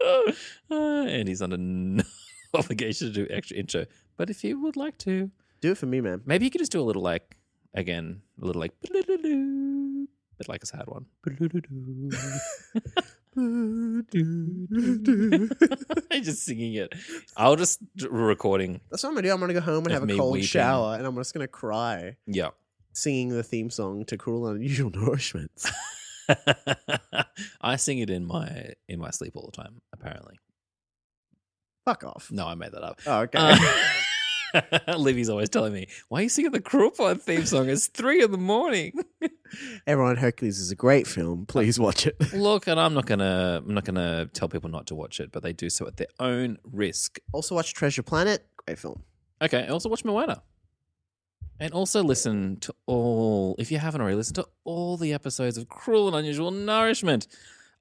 B: Uh, and he's under no obligation to do extra intro. But if you would like to,
A: Do it for me, man.
B: maybe you could just do a little like again, a little like bit like a sad one. just singing it. I'll just d- recording.
A: That's what I'm gonna do. I'm gonna go home and
B: Of
A: have a
B: me
A: cold
B: weeping.
A: shower, and I'm just gonna cry
B: Yeah.
A: singing the theme song to "Cruel and Unusual Nourishments."
B: I sing it in my in my sleep all the time, apparently.
A: Fuck off.
B: No, I made that up.
A: Oh, okay.
B: Uh, Livy's always telling me, why are you singing the Crawford theme song? It's three in the morning.
A: Everyone, Hercules is a great film. Please watch it.
B: Look, and I'm not gonna I'm not gonna tell people not to watch it, but they do so at their own risk.
A: Also, watch Treasure Planet. Great film.
B: Okay, and also watch Moana. And also listen to all, if you haven't already, listen to all the episodes of Cruel and Unusual Nourishment.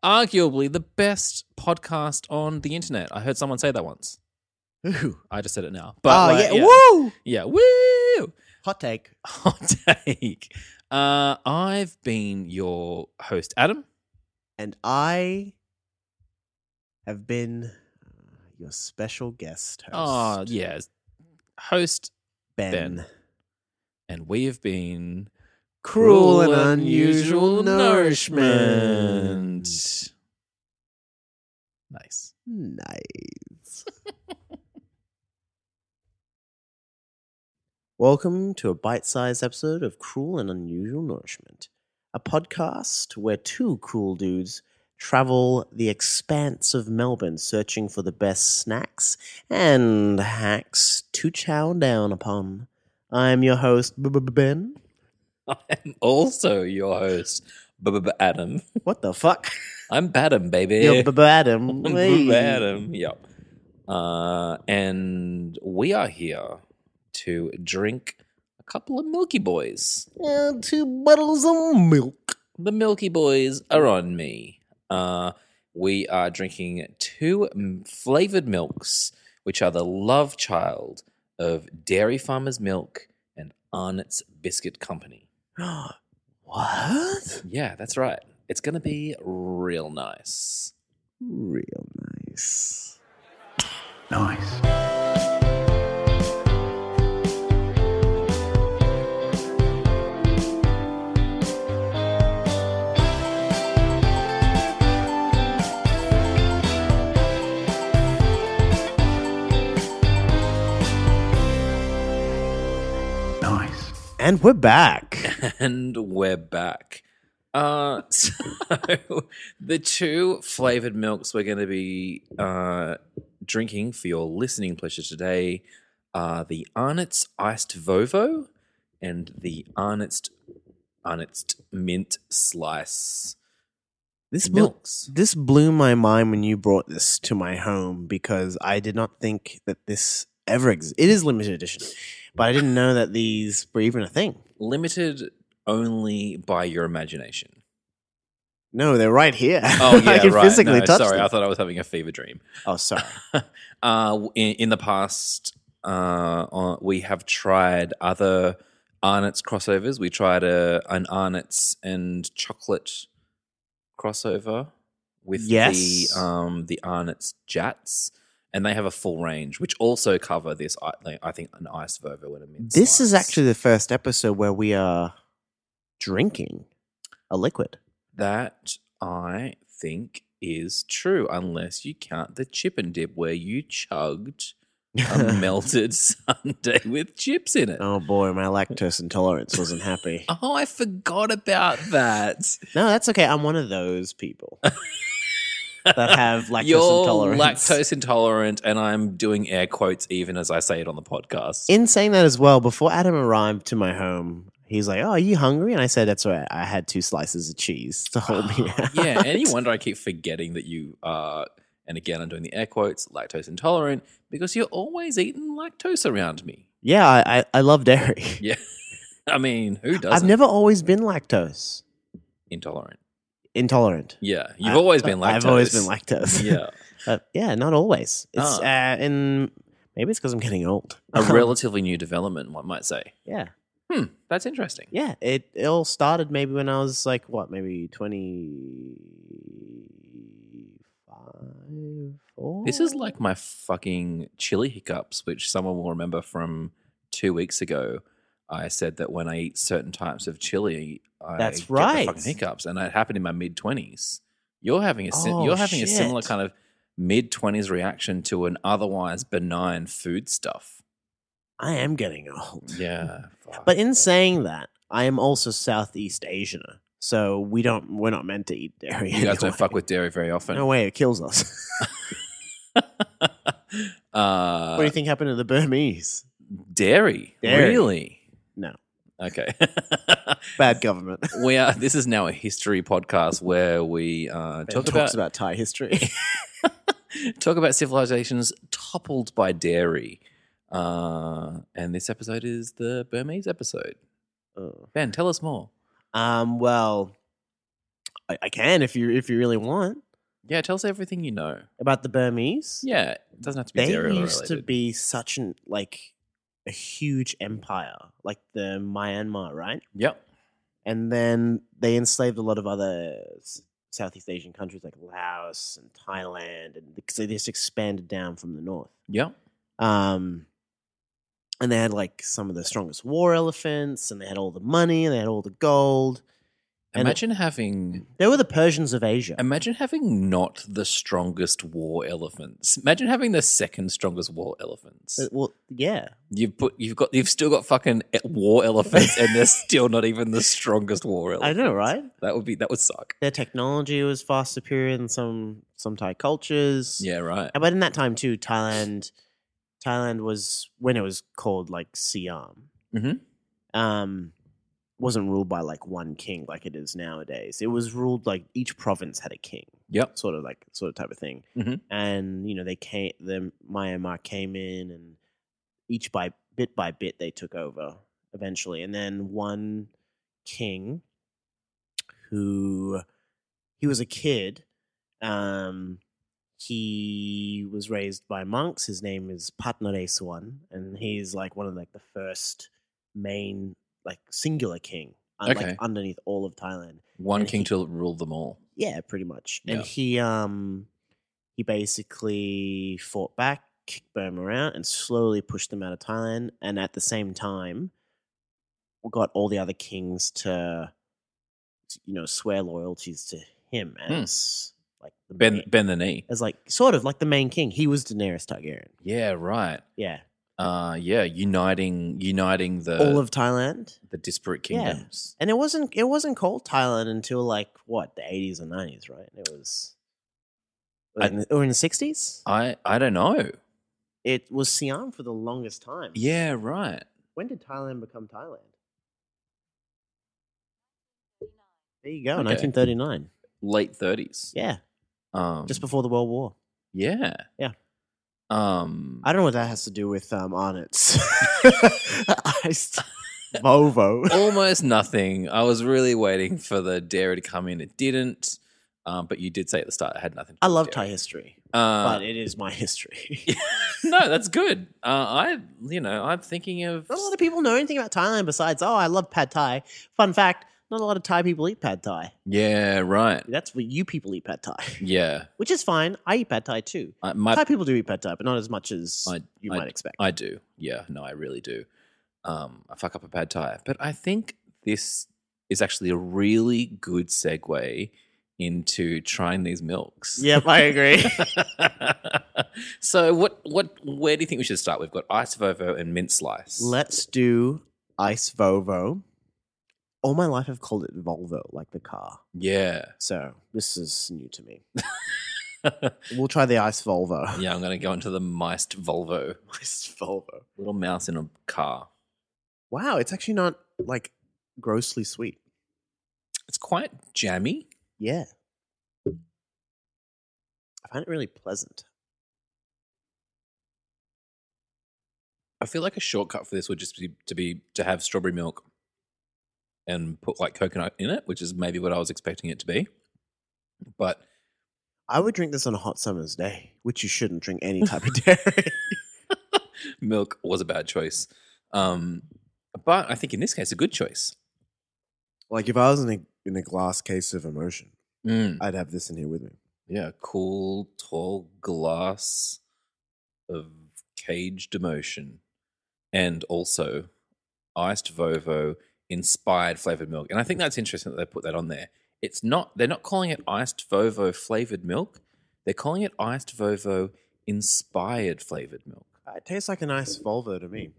B: Arguably the best podcast on the internet. I heard someone say that once.
A: Ooh.
B: I just said it now.
A: oh
B: like,
A: yeah. Woo!
B: yeah. Woo!
A: Hot take.
B: Hot take. Uh, I've been your host, Adam.
A: And I have been uh, your special guest host.
B: Oh, yeah. Host
A: Ah, ben.
B: Ben. and we have been
A: Cruel and unusual nourishment.
B: Nice.
A: Nice. Welcome to a bite sized episode of Cruel and Unusual Nourishment, a podcast where two cool dudes travel the expanse of Melbourne searching for the best snacks and hacks to chow down upon. I'm your host, Ben.
B: I'm also your host, Adam.
A: What the fuck?
B: I'm Badam, baby.
A: You're Adam.
B: I'm Adam. Yep. Uh, and we are here to drink a couple of Milky Boys.
A: Uh, Two bottles of milk.
B: The Milky Boys are on me. Uh, we are drinking two m- flavored milks, which are the love child of Dairy Farmers Milk and Arnott's Biscuit Company.
A: what?
B: Yeah, that's right. It's going to be real nice.
A: Real nice.
C: Nice. Nice.
A: And we're back.
B: And we're back. Uh, so the two flavored milks we're going to be uh, drinking for your listening pleasure today are the Arnott's Iced Vovo and the Arnott's Arnott's Mint Slice
A: This blo-
B: milks.
A: this blew my mind when you brought this to my home because I did not think that this ever exists. It is limited edition, but I didn't know that these were even a thing.
B: Limited only by your imagination.
A: No, they're right here.
B: Oh yeah,
A: I can
B: right.
A: physically
B: No,
A: touch
B: sorry,
A: them.
B: I thought I was having a fever dream.
A: oh, sorry.
B: uh, in, in the past, uh, on- we have tried other Arnott's crossovers. We tried a, an Arnott's and chocolate crossover with
A: Yes.
B: the um, the Arnott's Jats, and they have a full range, which also cover this. I, like, I think an iced Vovo and a mint.
A: This is
B: slice.
A: actually the first episode where we are drinking a liquid.
B: that I think is true, unless you count the chip and dip where you chugged a melted sundae with chips in it.
A: Um, oh boy, my lactose intolerance wasn't happy.
B: Oh, I forgot about that.
A: No, that's okay. I'm one of those people that have lactose
B: You're
A: intolerance.
B: lactose intolerant, and I'm doing air quotes even as I say it on the podcast.
A: In saying that as well, before Adam arrived to my home, he's like, "Oh, are you hungry?" And I said, "That's all right. I had two slices of cheese to hold me
B: Oh,
A: out."
B: yeah, and you wonder I keep forgetting that you are, and again, I'm doing the air quotes, lactose intolerant because you're always eating lactose around me.
A: Yeah, I, I, I love dairy.
B: Yeah. I mean, who doesn't?
A: I've never always been lactose
B: intolerant.
A: intolerant.
B: Yeah, you've
A: I-
B: always been lactose.
A: I've always been lactose.
B: Yeah,
A: but yeah, not always. It's
B: Ah.
A: uh, and maybe it's because I'm getting old.
B: a relatively new development, one might say.
A: yeah,
B: Hmm, that's interesting.
A: yeah. It it all started maybe when I was like what, maybe twenty five.
B: This
A: Oh.
B: is like my fucking chili hiccups, which someone will remember from two weeks ago. I said that when I eat certain types of chili, I
A: That's
B: get the
A: right.
B: fucking hiccups, and it happened in my mid twenties. You're having a sim-
A: Oh,
B: you're having a similar
A: shit.
B: kind of mid twenties reaction to an otherwise benign food stuff.
A: I am getting old.
B: Yeah, fuck.
A: But in saying that, I am also Southeast Asianer, so we don't we're not meant to eat dairy.
B: you guys
A: anyway.
B: don't fuck with dairy very often.
A: No way, it kills us.
B: uh,
A: what do you think happened to the Burmese?
B: Dairy.
A: Dairy.
B: Really?
A: No.
B: Okay.
A: Bad government.
B: we are. This is now a history podcast where we uh,
A: Talk
B: talk
A: talks
B: about,
A: about Thai history.
B: talk about civilizations toppled by dairy. Uh, and this episode is the Burmese episode.
A: Oh.
B: Ben, tell us more.
A: Um, well, I, I can if you if you really want
B: Yeah, tell us everything you know.
A: about the Burmese.
B: Yeah, it doesn't have to be
A: they used
B: serial
A: to
B: related.
A: be such an like a huge empire, like the Myanmar, right?
B: Yep.
A: And then they enslaved a lot of other s- Southeast Asian countries like Laos and Thailand, and so they just expanded down from the north.
B: Yep.
A: Um, and they had like some of the strongest war elephants, and they had all the money, and they had all the gold. And-
B: Imagine having
A: They were the Persians of Asia.
B: imagine having not the strongest war elephants. Imagine having the second strongest war elephants.
A: Uh, well, yeah,
B: You've put you've got you've still got fucking e- war elephants and they're still not even the strongest war
A: I
B: elephants.
A: know, right?
B: That would be that would suck.
A: Their technology was far superior than some some Thai cultures.
B: Yeah, right.
A: but in that time too, Thailand, Thailand was when it was called like Siam.
B: Mhm.
A: Um, wasn't ruled by like one king like it is nowadays. It was ruled like each province had a king.
B: Yep.
A: sort of like sort of type of thing.
B: Mhm.
A: And you know, they came the Myanmar came in and each by bit by bit they took over eventually. And then one king who he was a kid. Um he was raised by monks. His name is Patnaresuan, and he's like one of like the first main like singular king, un-
B: Okay.
A: like underneath all of Thailand
B: One
A: And
B: king
A: he-
B: to rule them all.
A: yeah pretty much
B: Yeah.
A: and he um he basically fought back kicked burma out and slowly pushed them out of thailand and at the same time got all the other kings to you know swear loyalties to him as like the
B: Bend
A: main,
B: bend the knee.
A: as like sort of like the main king he was daenerys targaryen
B: Yeah, right.
A: yeah
B: Uh yeah, uniting uniting the
A: all of thailand
B: the disparate
A: Yeah.
B: kingdoms.
A: and it wasn't it wasn't called thailand until like what the 80s and 90s right it was
B: I-
A: in the- or in the 60s
B: I I don't know.
A: it was Siam for the longest time.
B: Yeah, right.
A: When did Thailand become Thailand? There you go,
B: Okay.
A: 1939.
B: Late 30s.
A: Yeah,
B: Um
A: just before the World War.
B: Yeah.
A: Yeah.
B: Um
A: I don't know what that has to do with um, Arnott's. I st- Volvo.
B: almost nothing. I was really waiting for the dairy to come in. It didn't. Um, but you did say at the start it had nothing. To
A: I
B: do with
A: love Thai
B: dairy.
A: history,
B: Uh,
A: but it is my history.
B: no, that's good. Uh, I, you know, I'm thinking of.
A: not a lot of people know anything about Thailand besides, oh, I love pad thai. Fun fact, not a lot of Thai people eat pad thai.
B: Yeah, right.
A: That's what you people eat pad thai,
B: Yeah,
A: which is fine. I eat pad thai too.
B: I, my,
A: Thai people do eat pad thai, but not as much as
B: I-
A: you
B: I-
A: might expect.
B: I do. Yeah, no, I really do. Um, I fuck up a bad tire, but I think this is actually a really good segue into trying these milks.
A: Yep, I agree.
B: so what what where do you think we should start? We've got ice vovo and mint slice.
A: Let's do Ice Volvo. All my life I've called it Volvo, like the car.
B: yeah.
A: So this is new to me.
B: yeah,
A: We'll try the Ice Volvo.
B: I'm gonna go into the Meist Volvo.
A: Ice Volvo.
B: Little mouse in a car.
A: Wow, it's actually not like grossly sweet.
B: It's quite jammy.
A: Yeah. I find it really pleasant.
B: I feel like a shortcut for this would just be to be to have strawberry milk and put like coconut in it, which is maybe what I was expecting it to be. But
A: I would drink this on a hot summer's day, which you shouldn't drink any type of dairy.
B: milk was a bad choice. Um, but I think in this case, a good choice.
A: like if I was in a in a glass case of emotion,
B: Mm.
A: I'd have this in here with me.
B: Yeah, a cool, tall glass of caged emotion. And also iced Vovo inspired flavored milk. And I think that's interesting that they put that on there. It's not, they're not calling it iced Vovo flavored milk. They're calling it iced Vovo inspired flavored milk.
A: Uh, It tastes like a nice Volvo to me.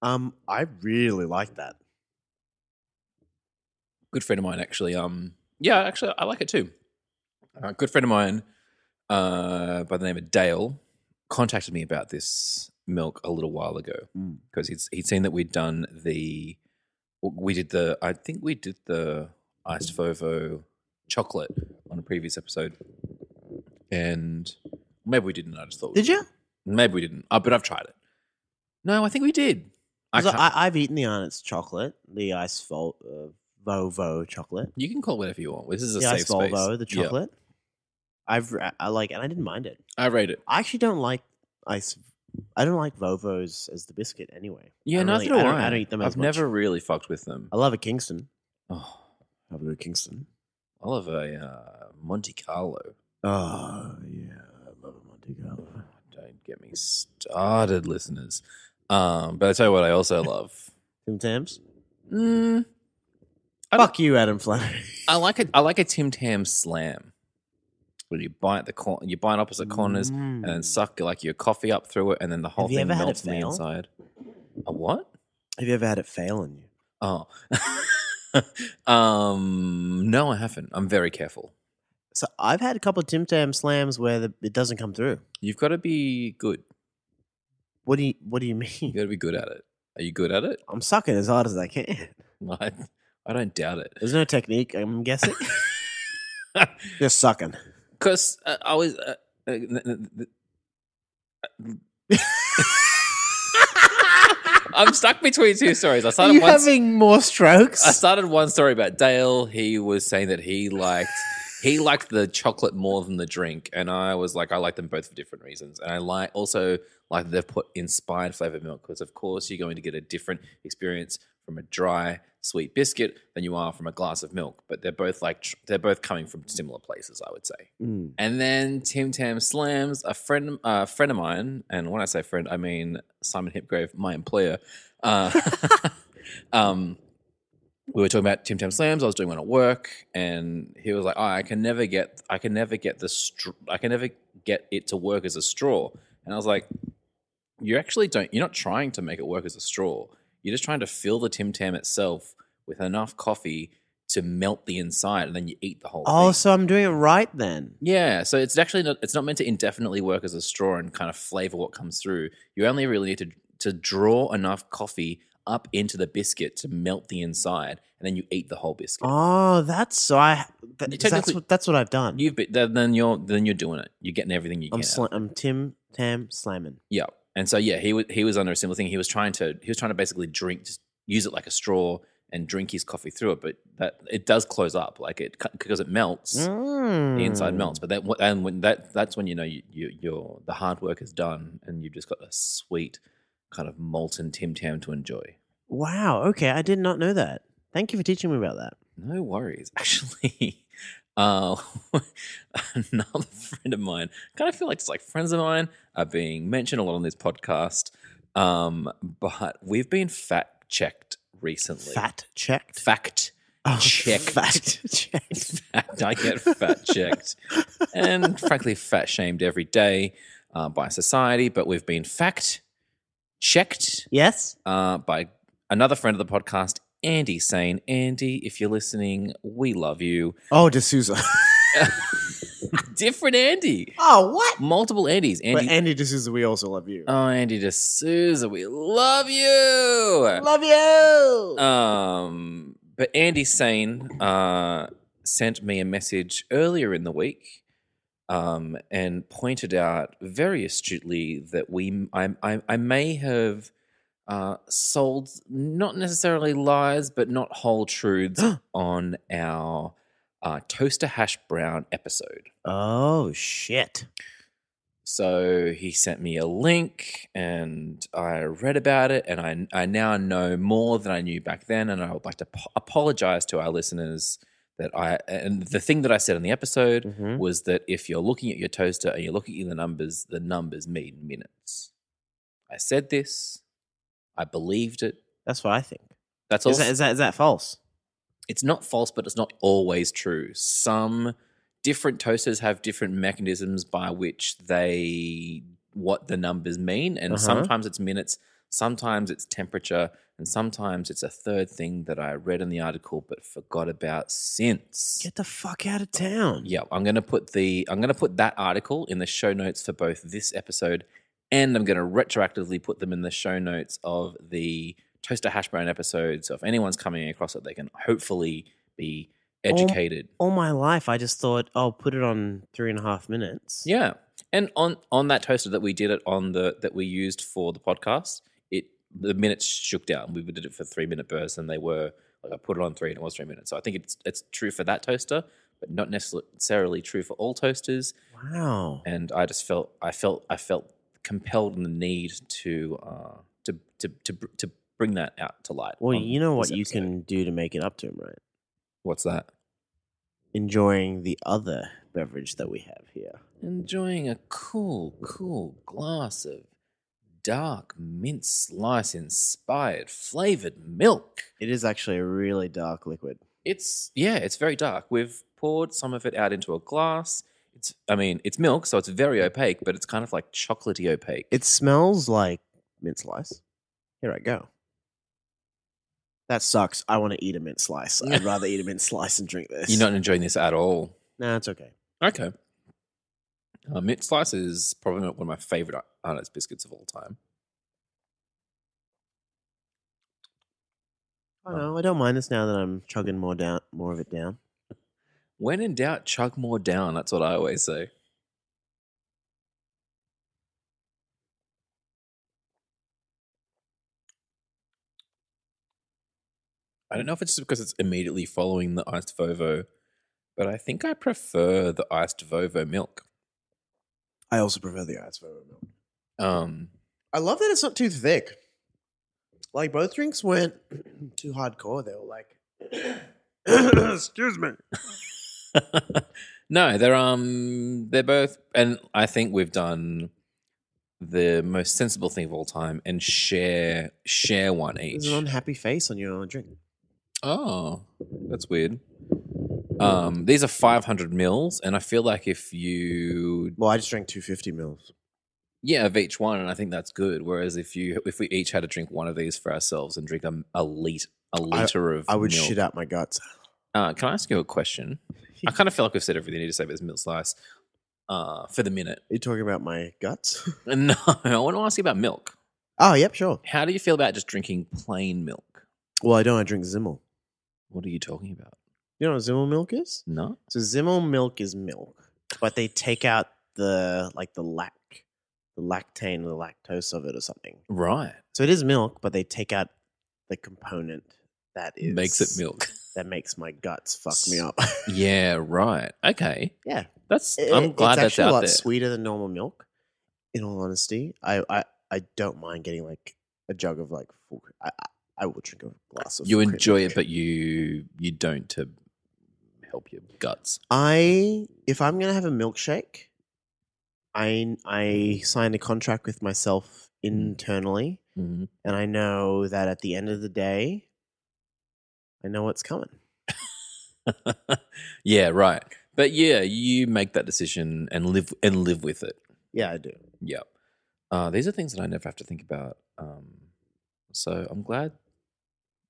A: Um, I really like that.
B: good friend of mine actually um yeah actually i like it too a good friend of mine uh by the name of dale contacted me about this milk a little while ago
A: Mm.
B: because he'd, he'd seen that we'd done the we did the i think we did the iced fovo chocolate on a previous episode and maybe we didn't i just thought we
A: Did you?
B: Maybe we didn't, uh, but I've tried it. No, I think we did. I
A: 'Cause I
B: can't-
A: I, I've eaten the Arnott's chocolate, the ice vol, uh, Volvo chocolate,
B: you can call it whatever you want. This is a
A: the
B: safe
A: ice
B: space.
A: Volvo, the
B: Yeah.
A: chocolate. I've ra- I like and I didn't mind it.
B: I rate it.
A: I actually don't like ice. I don't like Volvos as the biscuit anyway.
B: Yeah,
A: I
B: neither
A: really-
B: do
A: I don't, I don't eat them.
B: I've
A: as much.
B: never really fucked with them.
A: I love a Kingston.
B: Oh,
A: Have a good Kingston.
B: I love a uh, Monte Carlo. Ah,
A: Oh yeah, I love a Monte Carlo.
B: Don't get me started, listeners. Um, but I tell you what, I also love.
A: Tim Tams.
B: Mm, I don't-
A: Fuck you, Adam Flannery.
B: I like a I like a Tim Tam slam. When you bite the corn, you bite opposite corners
A: Mm.
B: and then suck like your coffee up through it, and then the whole
A: Have you
B: thing
A: ever had it
B: melts on the
A: fail?
B: inside. A what?
A: Have you ever had it fail on you?
B: Oh, um, no, I haven't. I'm very careful.
A: So I've had a couple of Tim Tam slams where the, it doesn't come through.
B: You've got to be good.
A: What do you What do you
B: You
A: mean?
B: got to be good at it. Are you good at it?
A: I'm sucking as hard as I can.
B: I, I don't doubt it.
A: There's no technique. I'm guessing. Just sucking.
B: Because uh, I was. Uh, uh, n- n- n- I'm stuck between two stories. I
A: Are
B: started
A: you
B: once.
A: having more strokes?
B: I started one story about Dale. He was saying that he liked he liked the chocolate more than the drink, and I was like, I like them both for different reasons. And I like also like that they've put inspired flavored milk because, of course, you're going to get a different experience from a dry sweet biscuit than you are from a glass of milk. But they're both like tr- they're both coming from similar places, I would say.
A: Mm.
B: And then Tim Tam slams a friend, a friend of mine, and when I say friend, I mean Simon Hipgrave, my employer. Uh, um, we were talking about Tim Tam slams. I was doing one at work, and he was like, oh, "I can never get, I can never get the, str- I can never get it to work as a straw." And I was like, "You actually don't. You're not trying to make it work as a straw. You're just trying to fill the Tim Tam itself with enough coffee to melt the inside, and then you eat the whole."
A: Oh,
B: thing.
A: so I'm doing it right then.
B: Yeah, so it's actually not, it's not meant to indefinitely work as a straw and kind of flavor what comes through. You only really need to to draw enough coffee up into the biscuit to melt the inside, and then you eat the whole biscuit.
A: Oh, that's so. I that,
B: You
A: that's
B: technically-
A: what that's what I've done.
B: You've been, then then you're then you're doing it. You're getting everything you
A: I'm
B: can.
A: sla- I'm Tim Tam slamming.
B: yeah, and so yeah, he was he was under a similar thing. He was trying to he was trying to basically drink just use it like a straw and drink his coffee through it, but that it does close up like it because it melts.
A: Mm.
B: the
A: Hmm.
B: inside melts. But that and when that that's when you know you, you your the hard work is done and you've just got a sweet kind of molten Tim Tam to enjoy.
A: Wow. Okay, I did not know that. Thank you for teaching me about that.
B: No worries, actually. Uh, another friend of mine. Kind of feel like it's like friends of mine are being mentioned a lot on this podcast, um, but we've been fact checked recently.
A: Fat checked.
B: fact
A: Oh,
B: checked.
A: Fat checked.
B: fact, I get fat checked and frankly fat shamed every day uh, by society. But we've been fact checked
A: Yes.
B: uh, by another friend of the podcast, Andy Sane. Andy, if you're listening, we love you.
A: Oh, D'Souza.
B: Different Andy,
A: oh, what?
B: multiple Andys. Andy,
A: but Andy D'Souza, we also love you.
B: oh Andy D'Souza, we love you.
A: love you.
B: Um, but Andy Sane uh, sent me a message earlier in the week, um, and pointed out very astutely that we I I, I may have uh, sold not necessarily lies, but not whole truths on our uh, toaster hash brown episode.
A: oh shit.
B: So he sent me a link and I read about it and I, I now know more than I knew back then. And I would like to po- apologize to our listeners that I, and the thing that I said in the episode
A: Mhm.
B: was that if you're looking at your toaster and you're looking at the numbers, the numbers mean minutes. I said this. I believed it.
A: That's what I think.
B: That's all.
A: Is that, is that is that false?
B: it's not false, but it's not always true. Some different toasters have different mechanisms by which they what the numbers mean, and
A: Uh-huh.
B: sometimes it's minutes, sometimes it's temperature, and sometimes it's a third thing that I read in the article but forgot about since.
A: Get the fuck out of town.
B: Yeah, I'm gonna put the I'm gonna put that article in the show notes for both this episode, and I'm gonna retroactively put them in the show notes of the Toaster Hash Brown episode. So if anyone's coming across it, they can hopefully be educated.
A: All my life, I just thought, oh, put it on three and a half minutes.
B: Yeah, And on on that toaster that we did it on the that we used for the podcast, it the minutes shook down. We did it for three minute bursts, and they were like I put it on three, and it was three minutes. So I think it's it's true for that toaster, but not necessarily true for all toasters.
A: Wow.
B: And I just felt I felt I felt compelled in the need to uh, to, to to br- to bring that out to light.
A: Well,
B: on
A: you know
B: this
A: what you
B: episode.
A: can do to make it up to him, right?
B: What's that?
A: Enjoying the other beverage that we have here.
B: enjoying a cool, cool glass of dark mint slice inspired flavored milk.
A: It is actually a really dark liquid.
B: It's yeah, it's very dark. We've poured some of it out into a glass. It's I mean, it's milk, so it's very opaque, but it's kind of like chocolatey opaque.
A: It smells like mint slice. Here I go. That sucks. I want to eat a mint slice. I'd rather eat a mint slice and drink this.
B: You're not enjoying this at all.
A: nah, it's okay.
B: Okay. Uh, mint slice is probably one of my favorite Arnott's biscuits of all time. Oh.
A: I know. I don't mind this now that I'm chugging more down, more of it down.
B: When in doubt, chug more down. That's what I always say. I don't know if it's just because it's immediately following the iced Vovo, but I think I prefer the iced Vovo milk.
A: I also prefer the ice vote milk.
B: Um,
A: I love that it's not too thick. Like both drinks weren't too hardcore. They were like, excuse me.
B: no, they're um they're both and I think we've done the most sensible thing of all time and share share one each.
A: There's an unhappy face on your drink.
B: Oh, that's weird. Um, these are 500 mils, and I feel like if you
A: Well, I just drank 250 mils.
B: yeah of each one, and I think that's good. Whereas if you if we each had to drink one of these for ourselves and drink a, a liter a liter of
A: I would
B: milk.
A: shit out my guts.
B: Uh, can I ask you a question? I kind of feel like we've said everything you need to say about this milk slice. Uh, for the minute,
A: Are you talking about my guts?
B: no, I want to ask you about milk.
A: oh, yep, sure.
B: How do you feel about just drinking plain milk?
A: Well, I don't. I drink Zimmel.
B: What are you talking about?
A: You know what Zimmel milk is?
B: No,
A: So Zimmel milk is milk, but they take out the like the lac, the lactane, the lactose of it, or something.
B: right,
A: So it is milk, but they take out the component that is
B: makes it milk.
A: That makes my guts fuck me up.
B: Yeah, right. Okay.
A: Yeah.
B: That's
A: It-
B: I'm glad
A: it's
B: that's
A: actually a
B: out
A: lot
B: there.
A: sweeter than normal milk. In all honesty, I I, I don't mind getting like a jug of like full. cre- I I, I will drink a glass of.
B: You
A: full cream
B: enjoy
A: milk.
B: it, but you you don't to help your guts.
A: I if I'm gonna have a milkshake, I I signed a contract with myself
B: Mm.
A: internally, and I know that at the end of the day, I know what's coming.
B: yeah, right. But yeah, you make that decision and live and live with it.
A: Yeah, I do.
B: Yep. Uh, these are things that I never have to think about. Um, so I'm glad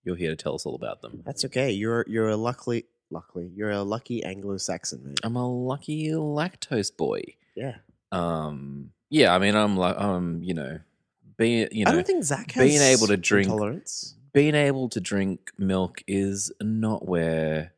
B: you're here to tell us all about them.
A: That's okay. You're you're a luckily luckily you're a lucky Anglo-Saxon man.
B: I'm a lucky lactose boy.
A: Yeah,
B: Um, yeah, I mean, I'm like, um, you know, being you know,
A: I don't think Zach has
B: being able to drink-
A: tolerance.
B: being able to drink milk is not where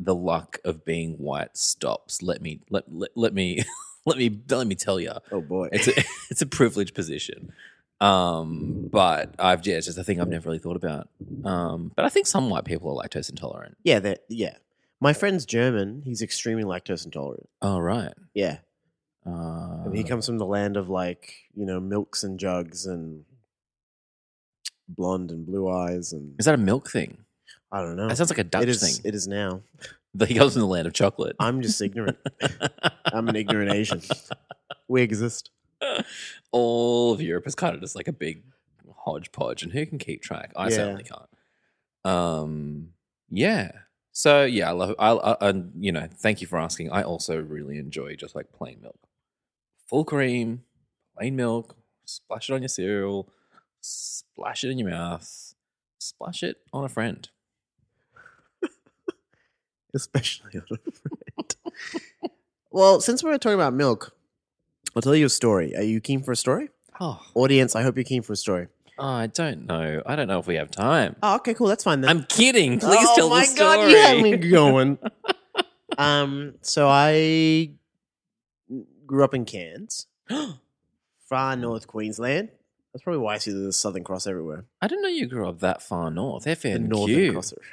B: the luck of being white stops. Let me let let, let me let me let me tell you,
A: Oh boy,
B: it's a it's a privileged position. Um, but I've yeah, it's just a thing I've never really thought about. Um, but I think some white people are lactose intolerant.
A: yeah, that yeah. My friend's German. He's extremely lactose intolerant.
B: Oh right.
A: Yeah,
B: Uh,
A: and he comes from the land of like you know milks and jugs and blonde and blue eyes and
B: is that a milk thing?
A: I don't know.
B: That sounds like a Dutch
A: it is.
B: thing.
A: It is now.
B: he comes from the land of chocolate.
A: I'm just ignorant. I'm an ignorant Asian. We exist.
B: all of Europe is kind of just like a big hodgepodge, and who can keep track?
A: Yeah.
B: I certainly can't. Um, yeah. So yeah, I love. I, I, I you know, thank you for asking. I also really enjoy just like plain milk, full cream, plain milk. Splash it on your cereal. Splash it in your mouth. Splash it on a friend.
A: especially on a friend. well, since we we're talking about milk, I'll tell you a story. Are you keen for a story?
B: Oh,
A: Audience, I hope you're keen for a story.
B: I don't know. I don't know if we have time.
A: Oh, okay, cool. That's fine then.
B: I'm kidding. Please
A: oh
B: tell
A: my
B: the story.
A: god, you had me going. um, so I grew up in Cairns, far north Queensland. That's probably why I see the Southern Cross everywhere.
B: I didn't know you grew up that far north.
A: The
B: FNQ.
A: Northern Cross.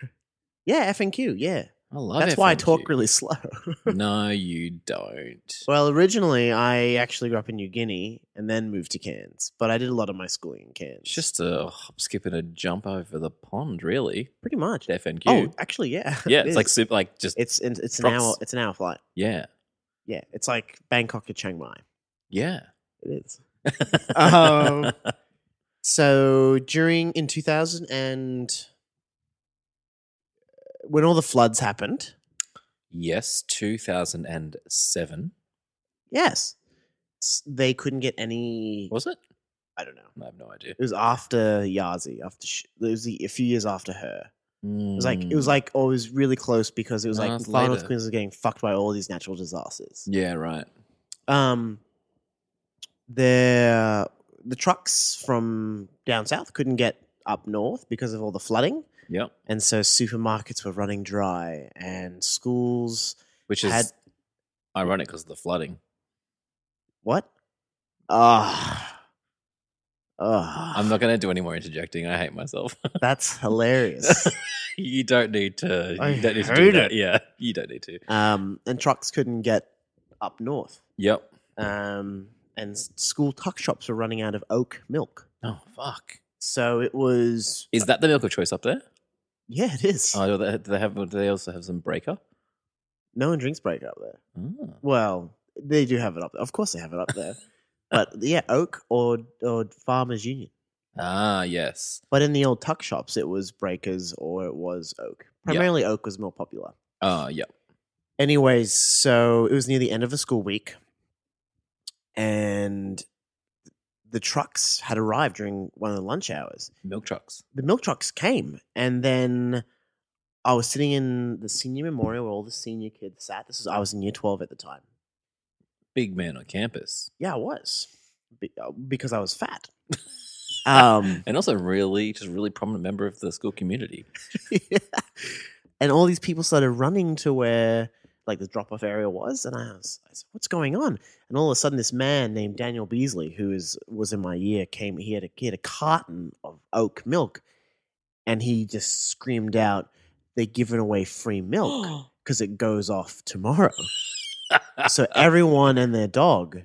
A: Yeah, F and Q. Yeah,
B: I love
A: that's why I
B: FNQ.
A: talk really slow.
B: no, you don't.
A: Well, originally I actually grew up in New Guinea and then moved to Cairns, but I did a lot of my schooling in Cairns.
B: It's just a hop, skip, and a jump over the pond, really.
A: pretty much.
B: FNQ.
A: Oh, actually, yeah.
B: yeah,
A: it
B: it's like
A: is.
B: super, like just
A: it's it's, it's an
B: Prox-
A: hour it's an hour flight.
B: yeah,
A: Yeah, it's like Bangkok to Chiang Mai.
B: yeah.
A: It is. Um, So during in two thousand and when all the floods happened,
B: yes, two thousand and seven
A: yes, s- they couldn't get any.
B: was it?
A: I don't know.
B: I have no idea.
A: It was after Yazi. After sh it was the, a few years after her. It was like it was
B: Mm.
A: like oh, it was really close because it was
B: No,
A: like
B: that's
A: Far North
B: later.
A: Queens was getting fucked by all these natural disasters.
B: yeah, right.
A: Um, the the trucks from down south couldn't get up north because of all the flooding,
B: Yep,
A: and so supermarkets were running dry, and schools
B: which is
A: had
B: ironic because of the flooding.
A: what? Ah, ah,
B: I'm not going to do any more interjecting. I hate myself.
A: That's hilarious.
B: you don't need to.
A: I
B: you don't need to
A: hate
B: do that.
A: it.
B: Yeah, you don't need to.
A: um, and trucks couldn't get up north.
B: Yep.
A: um, and s- school tuck shops were running out of oat milk.
B: Oh fuck!
A: So it was,
B: Is that the milk of choice up there?
A: yeah, it is.
B: Oh, do they, do they have? Do they also have some breaker?
A: no one drinks break up there.
B: Oh.
A: Well, they do have it up there. Of course, they have it up there. but yeah, oak or or farmers union.
B: Ah, yes.
A: But in the old tuck shops, it was breakers or it was oak.
B: Yeah.
A: Primarily, oak was more popular.
B: Oh, yep.
A: Anyways, so it was near the end of a school week, and the trucks had arrived during one of the lunch hours.
B: Milk trucks.
A: the milk trucks came and then I was sitting in the senior memorial where all the senior kids sat. This is I was in year 12 at the time.
B: Big man on campus.
A: Yeah, I was. Be- uh, because I was fat. um
B: And also really just really prominent member of the school community.
A: and all these people started running to where like the drop off area was and I was I said, "What's going on?" And all of a sudden this man named Daniel Beasley who is was in my year came he had a he had a carton of oak milk and he just screamed out, "They're giving away free milk." because it goes off tomorrow. so everyone and their dog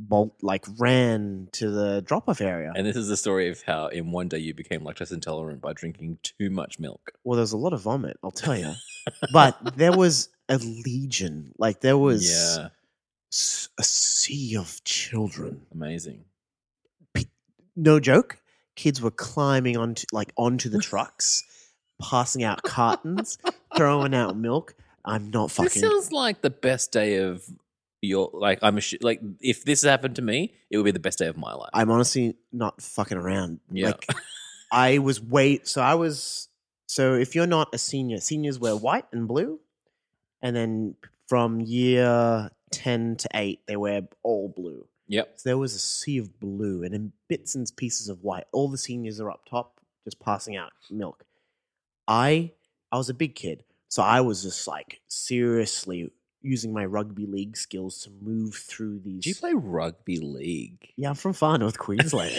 A: bolt like ran to the drop off area.
B: and this is the story of how in one day you became lactose intolerant by drinking too much milk.
A: Well, there's a lot of vomit, I'll tell you. but there was a legion, like there was
B: yeah,
A: s- a sea of children.
B: amazing.
A: No joke. Kids were climbing onto like onto the trucks, passing out cartons, throwing out milk. I'm not
B: This
A: fucking.
B: sounds like the best day of your like I'm assu- like if this happened to me, it would be the best day of my life.
A: I'm honestly not fucking around.
B: Yeah.
A: Like I was wait so I was so if you're not a senior, seniors wear white and blue. And then from year ten to eight, they wear all blue.
B: yep.
A: So there was a sea of blue and in bits and pieces of white. All the seniors are up top just passing out milk. I I was a big kid, so I was just like seriously using my rugby league skills to move through these
B: Do you play rugby league?
A: Yeah, I'm from far north Queensland.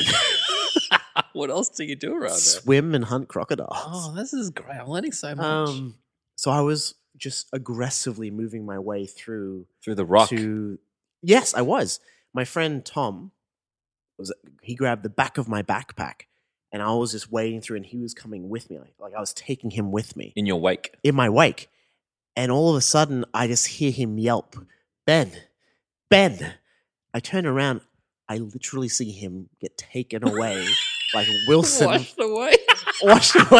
B: what else do you do around there?
A: swim and hunt crocodiles.
B: Oh, this is great. I'm learning so much.
A: um, so I was just aggressively moving my way through
B: Through the rock.
A: to. Yes, I was. My friend Tom was. He grabbed the back of my backpack, and I was just wading through, and he was coming with me. Like, like I was taking him with me
B: in your wake.
A: in my wake, and all of a sudden I just hear him yelp, "Ben, Ben!" I turn around. I literally see him get taken away, like Wilson
B: Washed away.
A: washed away.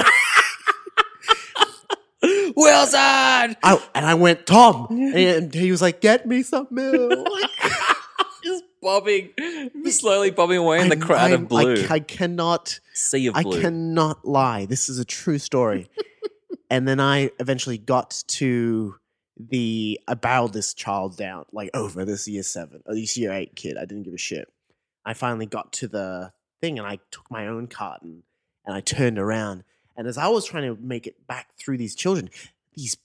B: Wilson!
A: I, and I went, Tom. And he was like, get me some milk.
B: Just bobbing, slowly bobbing away in the
A: I'm-
B: crowd
A: I'm-
B: of blue.
A: I, I cannot,
B: sea of
A: I
B: blue.
A: cannot lie. This is a true story. and then I eventually got to the, I barreled this child down, like over this year seven, or this year eight kid. I didn't give a shit. I finally got to the thing and I took my own carton and I turned around. And as I was trying to make it back through these children, these,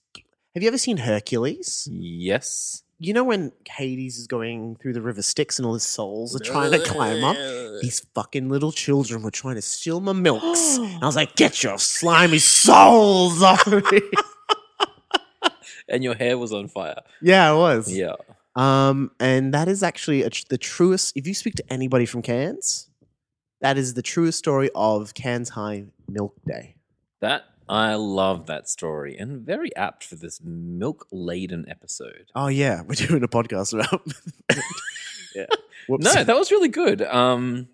A: have you ever seen Hercules?
B: yes.
A: you know when Hades is going through the river Styx and all his souls are trying to climb up? These fucking little children were trying to steal my milks. And I was like, get your slimy souls off me.
B: and your hair was on fire.
A: yeah, it was.
B: Yeah.
A: Um, and that is actually a, tr- the truest. If you speak to anybody from Cairns, that is the truest story of Cairns High Milk Day.
B: That I love that story and very apt for this milk laden episode.
A: Oh yeah, we're doing a podcast about.
B: Yeah.
A: Whoops.
B: No, that was really good. Um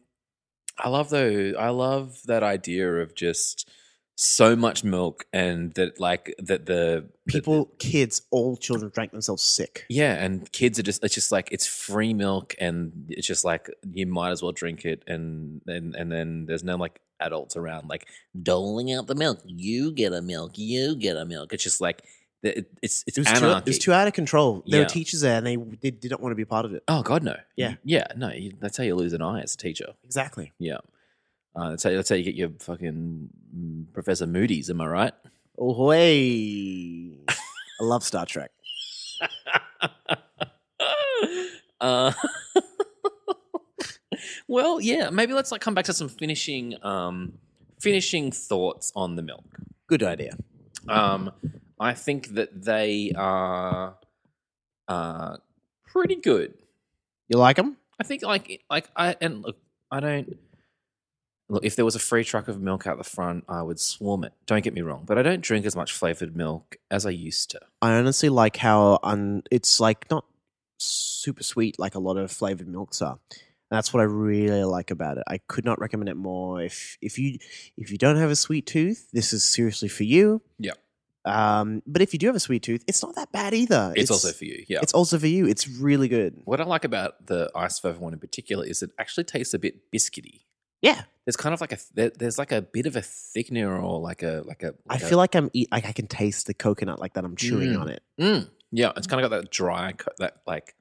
B: I love though I love that idea of just so much milk and that like that the that the-
A: people, kids, all children drank themselves sick.
B: Yeah, and kids are just it's just like it's free milk and it's just like you might as well drink it and and, and then there's no like adults around like doling out the milk. You get a milk, you get a milk. It's just like the- it, it's it's
A: It was, too, it
B: anarchy.
A: was too out of control. There
B: Yeah.
A: were teachers there, and they, they didn't want to be a part of it.
B: oh god no.
A: Yeah.
B: Yeah, no, you, that's how you lose an eye as a teacher.
A: Exactly.
B: Uh, that's how that's how you get your fucking mm, Professor Moody's, am I right?
A: Oh hey, I love Star Trek.
B: uh, well, yeah, maybe let's like come back to some finishing um, finishing thoughts on the milk.
A: Good idea.
B: Um, I think that they are uh, pretty good.
A: You like them?
B: I think like like I and look, I don't look if there was a free truck of milk out the front, I would swarm it. Don't get me wrong, but I don't drink as much flavored milk as I used to.
A: I honestly like how un- it's like not super sweet like a lot of flavored milks are. That's what I really like about it. I could not recommend it more. If if you if you don't have a sweet tooth, this is seriously for you.
B: Yeah.
A: Um, but if you do have a sweet tooth, it's not that bad either.
B: It's, also for you, yeah.
A: it's also for you. It's really good.
B: What I like about the ice fava one in particular is it actually tastes a bit biscuity.
A: Yeah.
B: There's kind of like a there, there's like a bit of a thickener or like a like a.
A: I
B: Like a-
A: feel like I'm eat like I can taste the coconut like that. I'm chewing
B: Mm.
A: on it.
B: Mm, yeah, it's kind of got that dry co- that like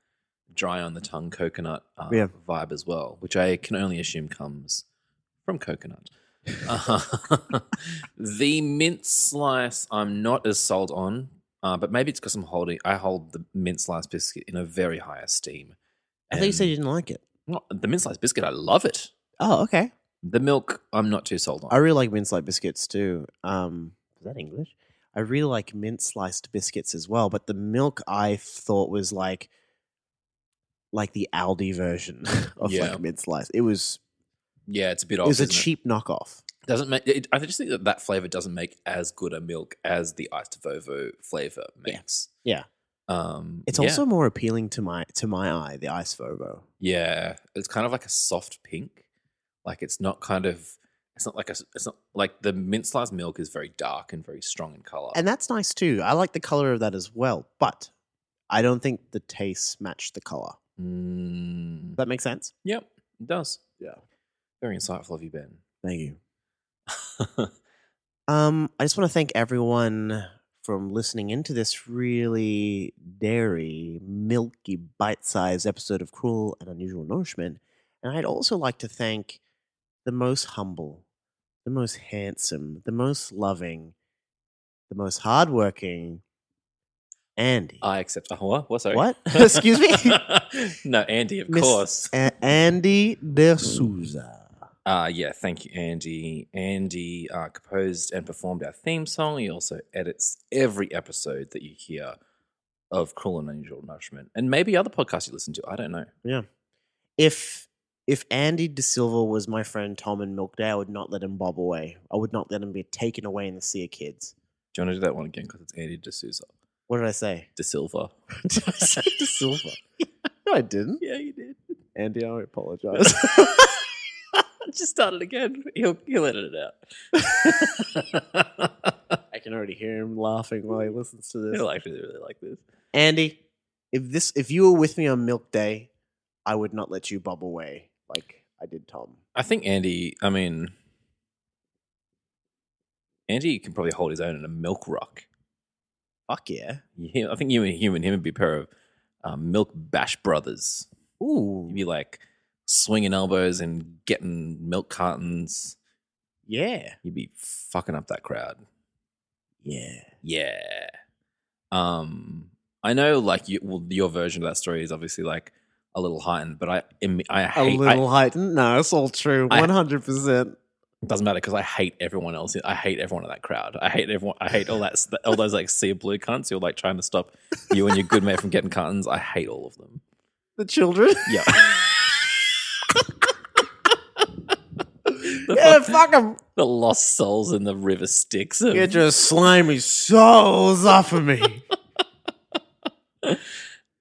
B: dry on the tongue coconut uh,
A: Yeah.
B: vibe as well, which I can only assume comes from coconut. the mint slice I'm not as sold on, uh, but maybe it's because I'm holding I hold the mint slice biscuit in a very high esteem.
A: I thought you said
B: And-
A: you didn't like it.
B: Well, the mint slice biscuit, I love it.
A: Oh, okay.
B: The milk, I'm not too sold on.
A: I really like mint sliced biscuits too. Um, is that English? I really like mint sliced biscuits as well, but the milk I thought was like like the Aldi version of
B: Yeah.
A: like mint slice. It was
B: yeah, it's a bit
A: it
B: off.
A: was a
B: isn't
A: cheap knockoff.
B: It? Doesn't make. It, I just think that that flavor doesn't make as good a milk as the iced vovo flavor
A: Yeah.
B: makes.
A: Yeah.
B: Um,
A: It's
B: yeah.
A: also more appealing to my to my eye, the ice fobo.
B: yeah. It's kind of like a soft pink. Like it's not kind of. It's not like a. It's not like the mint sliced milk is very dark and very strong in color.
A: And that's nice too. I like the color of that as well, but I don't think the taste matched the color.
B: mm,
A: Does that make sense?
B: yep, it does.
A: Yeah.
B: Very insightful of you, Ben.
A: Thank you. Um, I just want to thank everyone from listening into this really dairy, milky, bite-sized episode of Cruel and Unusual Nourishment. And I'd also like to thank the most humble, the most handsome, the most loving, the most hardworking, Andy.
B: I accept. Oh, what? What? Sorry.
A: What? Excuse me?
B: no, Andy, of
A: Miss-
B: course.
A: A- Andy De Souza.
B: Uh, yeah, thank you, Andy. Andy uh, composed and performed our theme song. He also edits every episode that you hear of Cruel and Unusual Nourishment and maybe other podcasts you listen to. I don't know.
A: If if Andy De Silva was my friend Tom in Milkday, I would not let him bob away. I would not let him be taken away in the sea of kids.
B: Do you want to do that one again? Because it's Andy D'Souza.
A: What did I say?
B: De Silva.
A: Did I say De Silva? No, I didn't.
B: Yeah, you did.
A: Andy, I apologize.
B: Just start it again. He'll, he'll edit it out.
A: I can already hear him laughing while he listens to this.
B: he'll actually really like this.
A: Andy, if this if you were with me on Milk Day, I would not let you bob away like I did Tom.
B: I think Andy, I mean, Andy can probably hold his own in a milk rock.
A: Fuck yeah.
B: Yeah, I think you and him and him would be a pair of um, milk bash brothers.
A: Ooh.
B: You'd be like swinging elbows and getting milk cartons.
A: Yeah.
B: You'd be fucking up that crowd.
A: Yeah.
B: Yeah. Um, I know, like you, well, your version of that story is obviously like a little heightened, but I, im- I
A: A
B: hate. I,
A: little heightened. No, it's all true.
B: I-
A: One hundred percent.
B: it doesn't matter because I hate everyone else. I hate everyone in that crowd. I hate everyone. I hate all that, all those like sea blue cunts who are like trying to stop you and your good mate from getting cuttings. I hate all of them.
A: The children.
B: Yeah. the,
A: yeah,
B: fuck-
A: fuck them.
B: the lost souls in the river Styx. of-
A: Get your slimy souls off of me.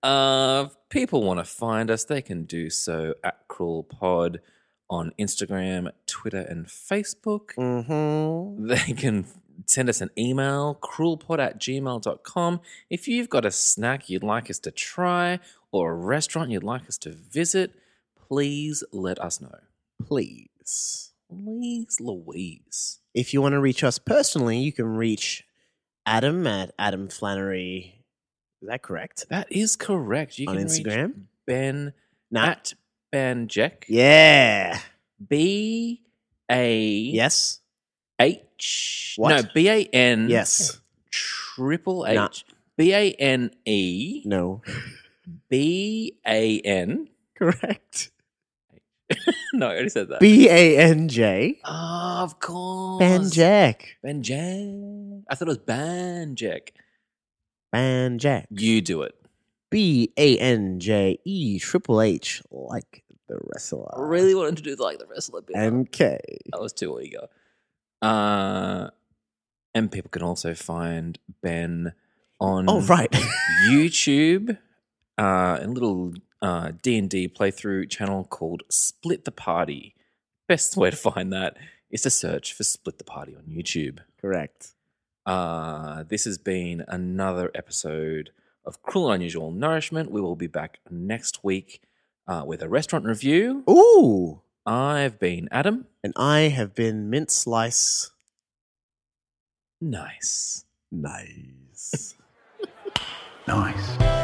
B: Uh, if people want to find us, they can do so at Cruel Pod on Instagram, Twitter, and Facebook.
A: mm-hmm.
B: They can send us an email, cruelpod at gmail.com. If you've got a snack you'd like us to try or a restaurant you'd like us to visit, please let us know.
A: Please.
B: Please, Louise.
A: If you want to reach us personally, you can reach Adam at Adam Flannery. Is that correct?
B: That is correct. You
A: On
B: can reach
A: Instagram?
B: Ben
A: Nah.
B: at Ben Jack.
A: Yeah.
B: B A
A: Yes.
B: H
A: What?
B: no B A N
A: Yes.
B: triple
A: Nah.
B: H B A N E
A: No.
B: B A N
A: Correct.
B: no I already said that
A: B A N J.
B: Ah, of course
A: Banjack.
B: Ben Jack I thought it was Ben Jack
A: Banjack.
B: you do it
A: B A N J E triple H like the wrestler.
B: I really wanted to do like the wrestler bit
A: M K.
B: I was too eager uh and people can also find Ben on
A: Oh right.
B: YouTube, uh, a little uh, D&D playthrough channel called Split the Party. Best way to find that is to search for Split the Party on YouTube.
A: Correct.
B: Uh, this has been another episode of Cruel and Unusual Nourishment. We will be back next week uh, with a restaurant review.
A: Ooh.
B: I've been Adam.
A: And I have been mint slice.
B: Nice.
A: Nice.
C: nice.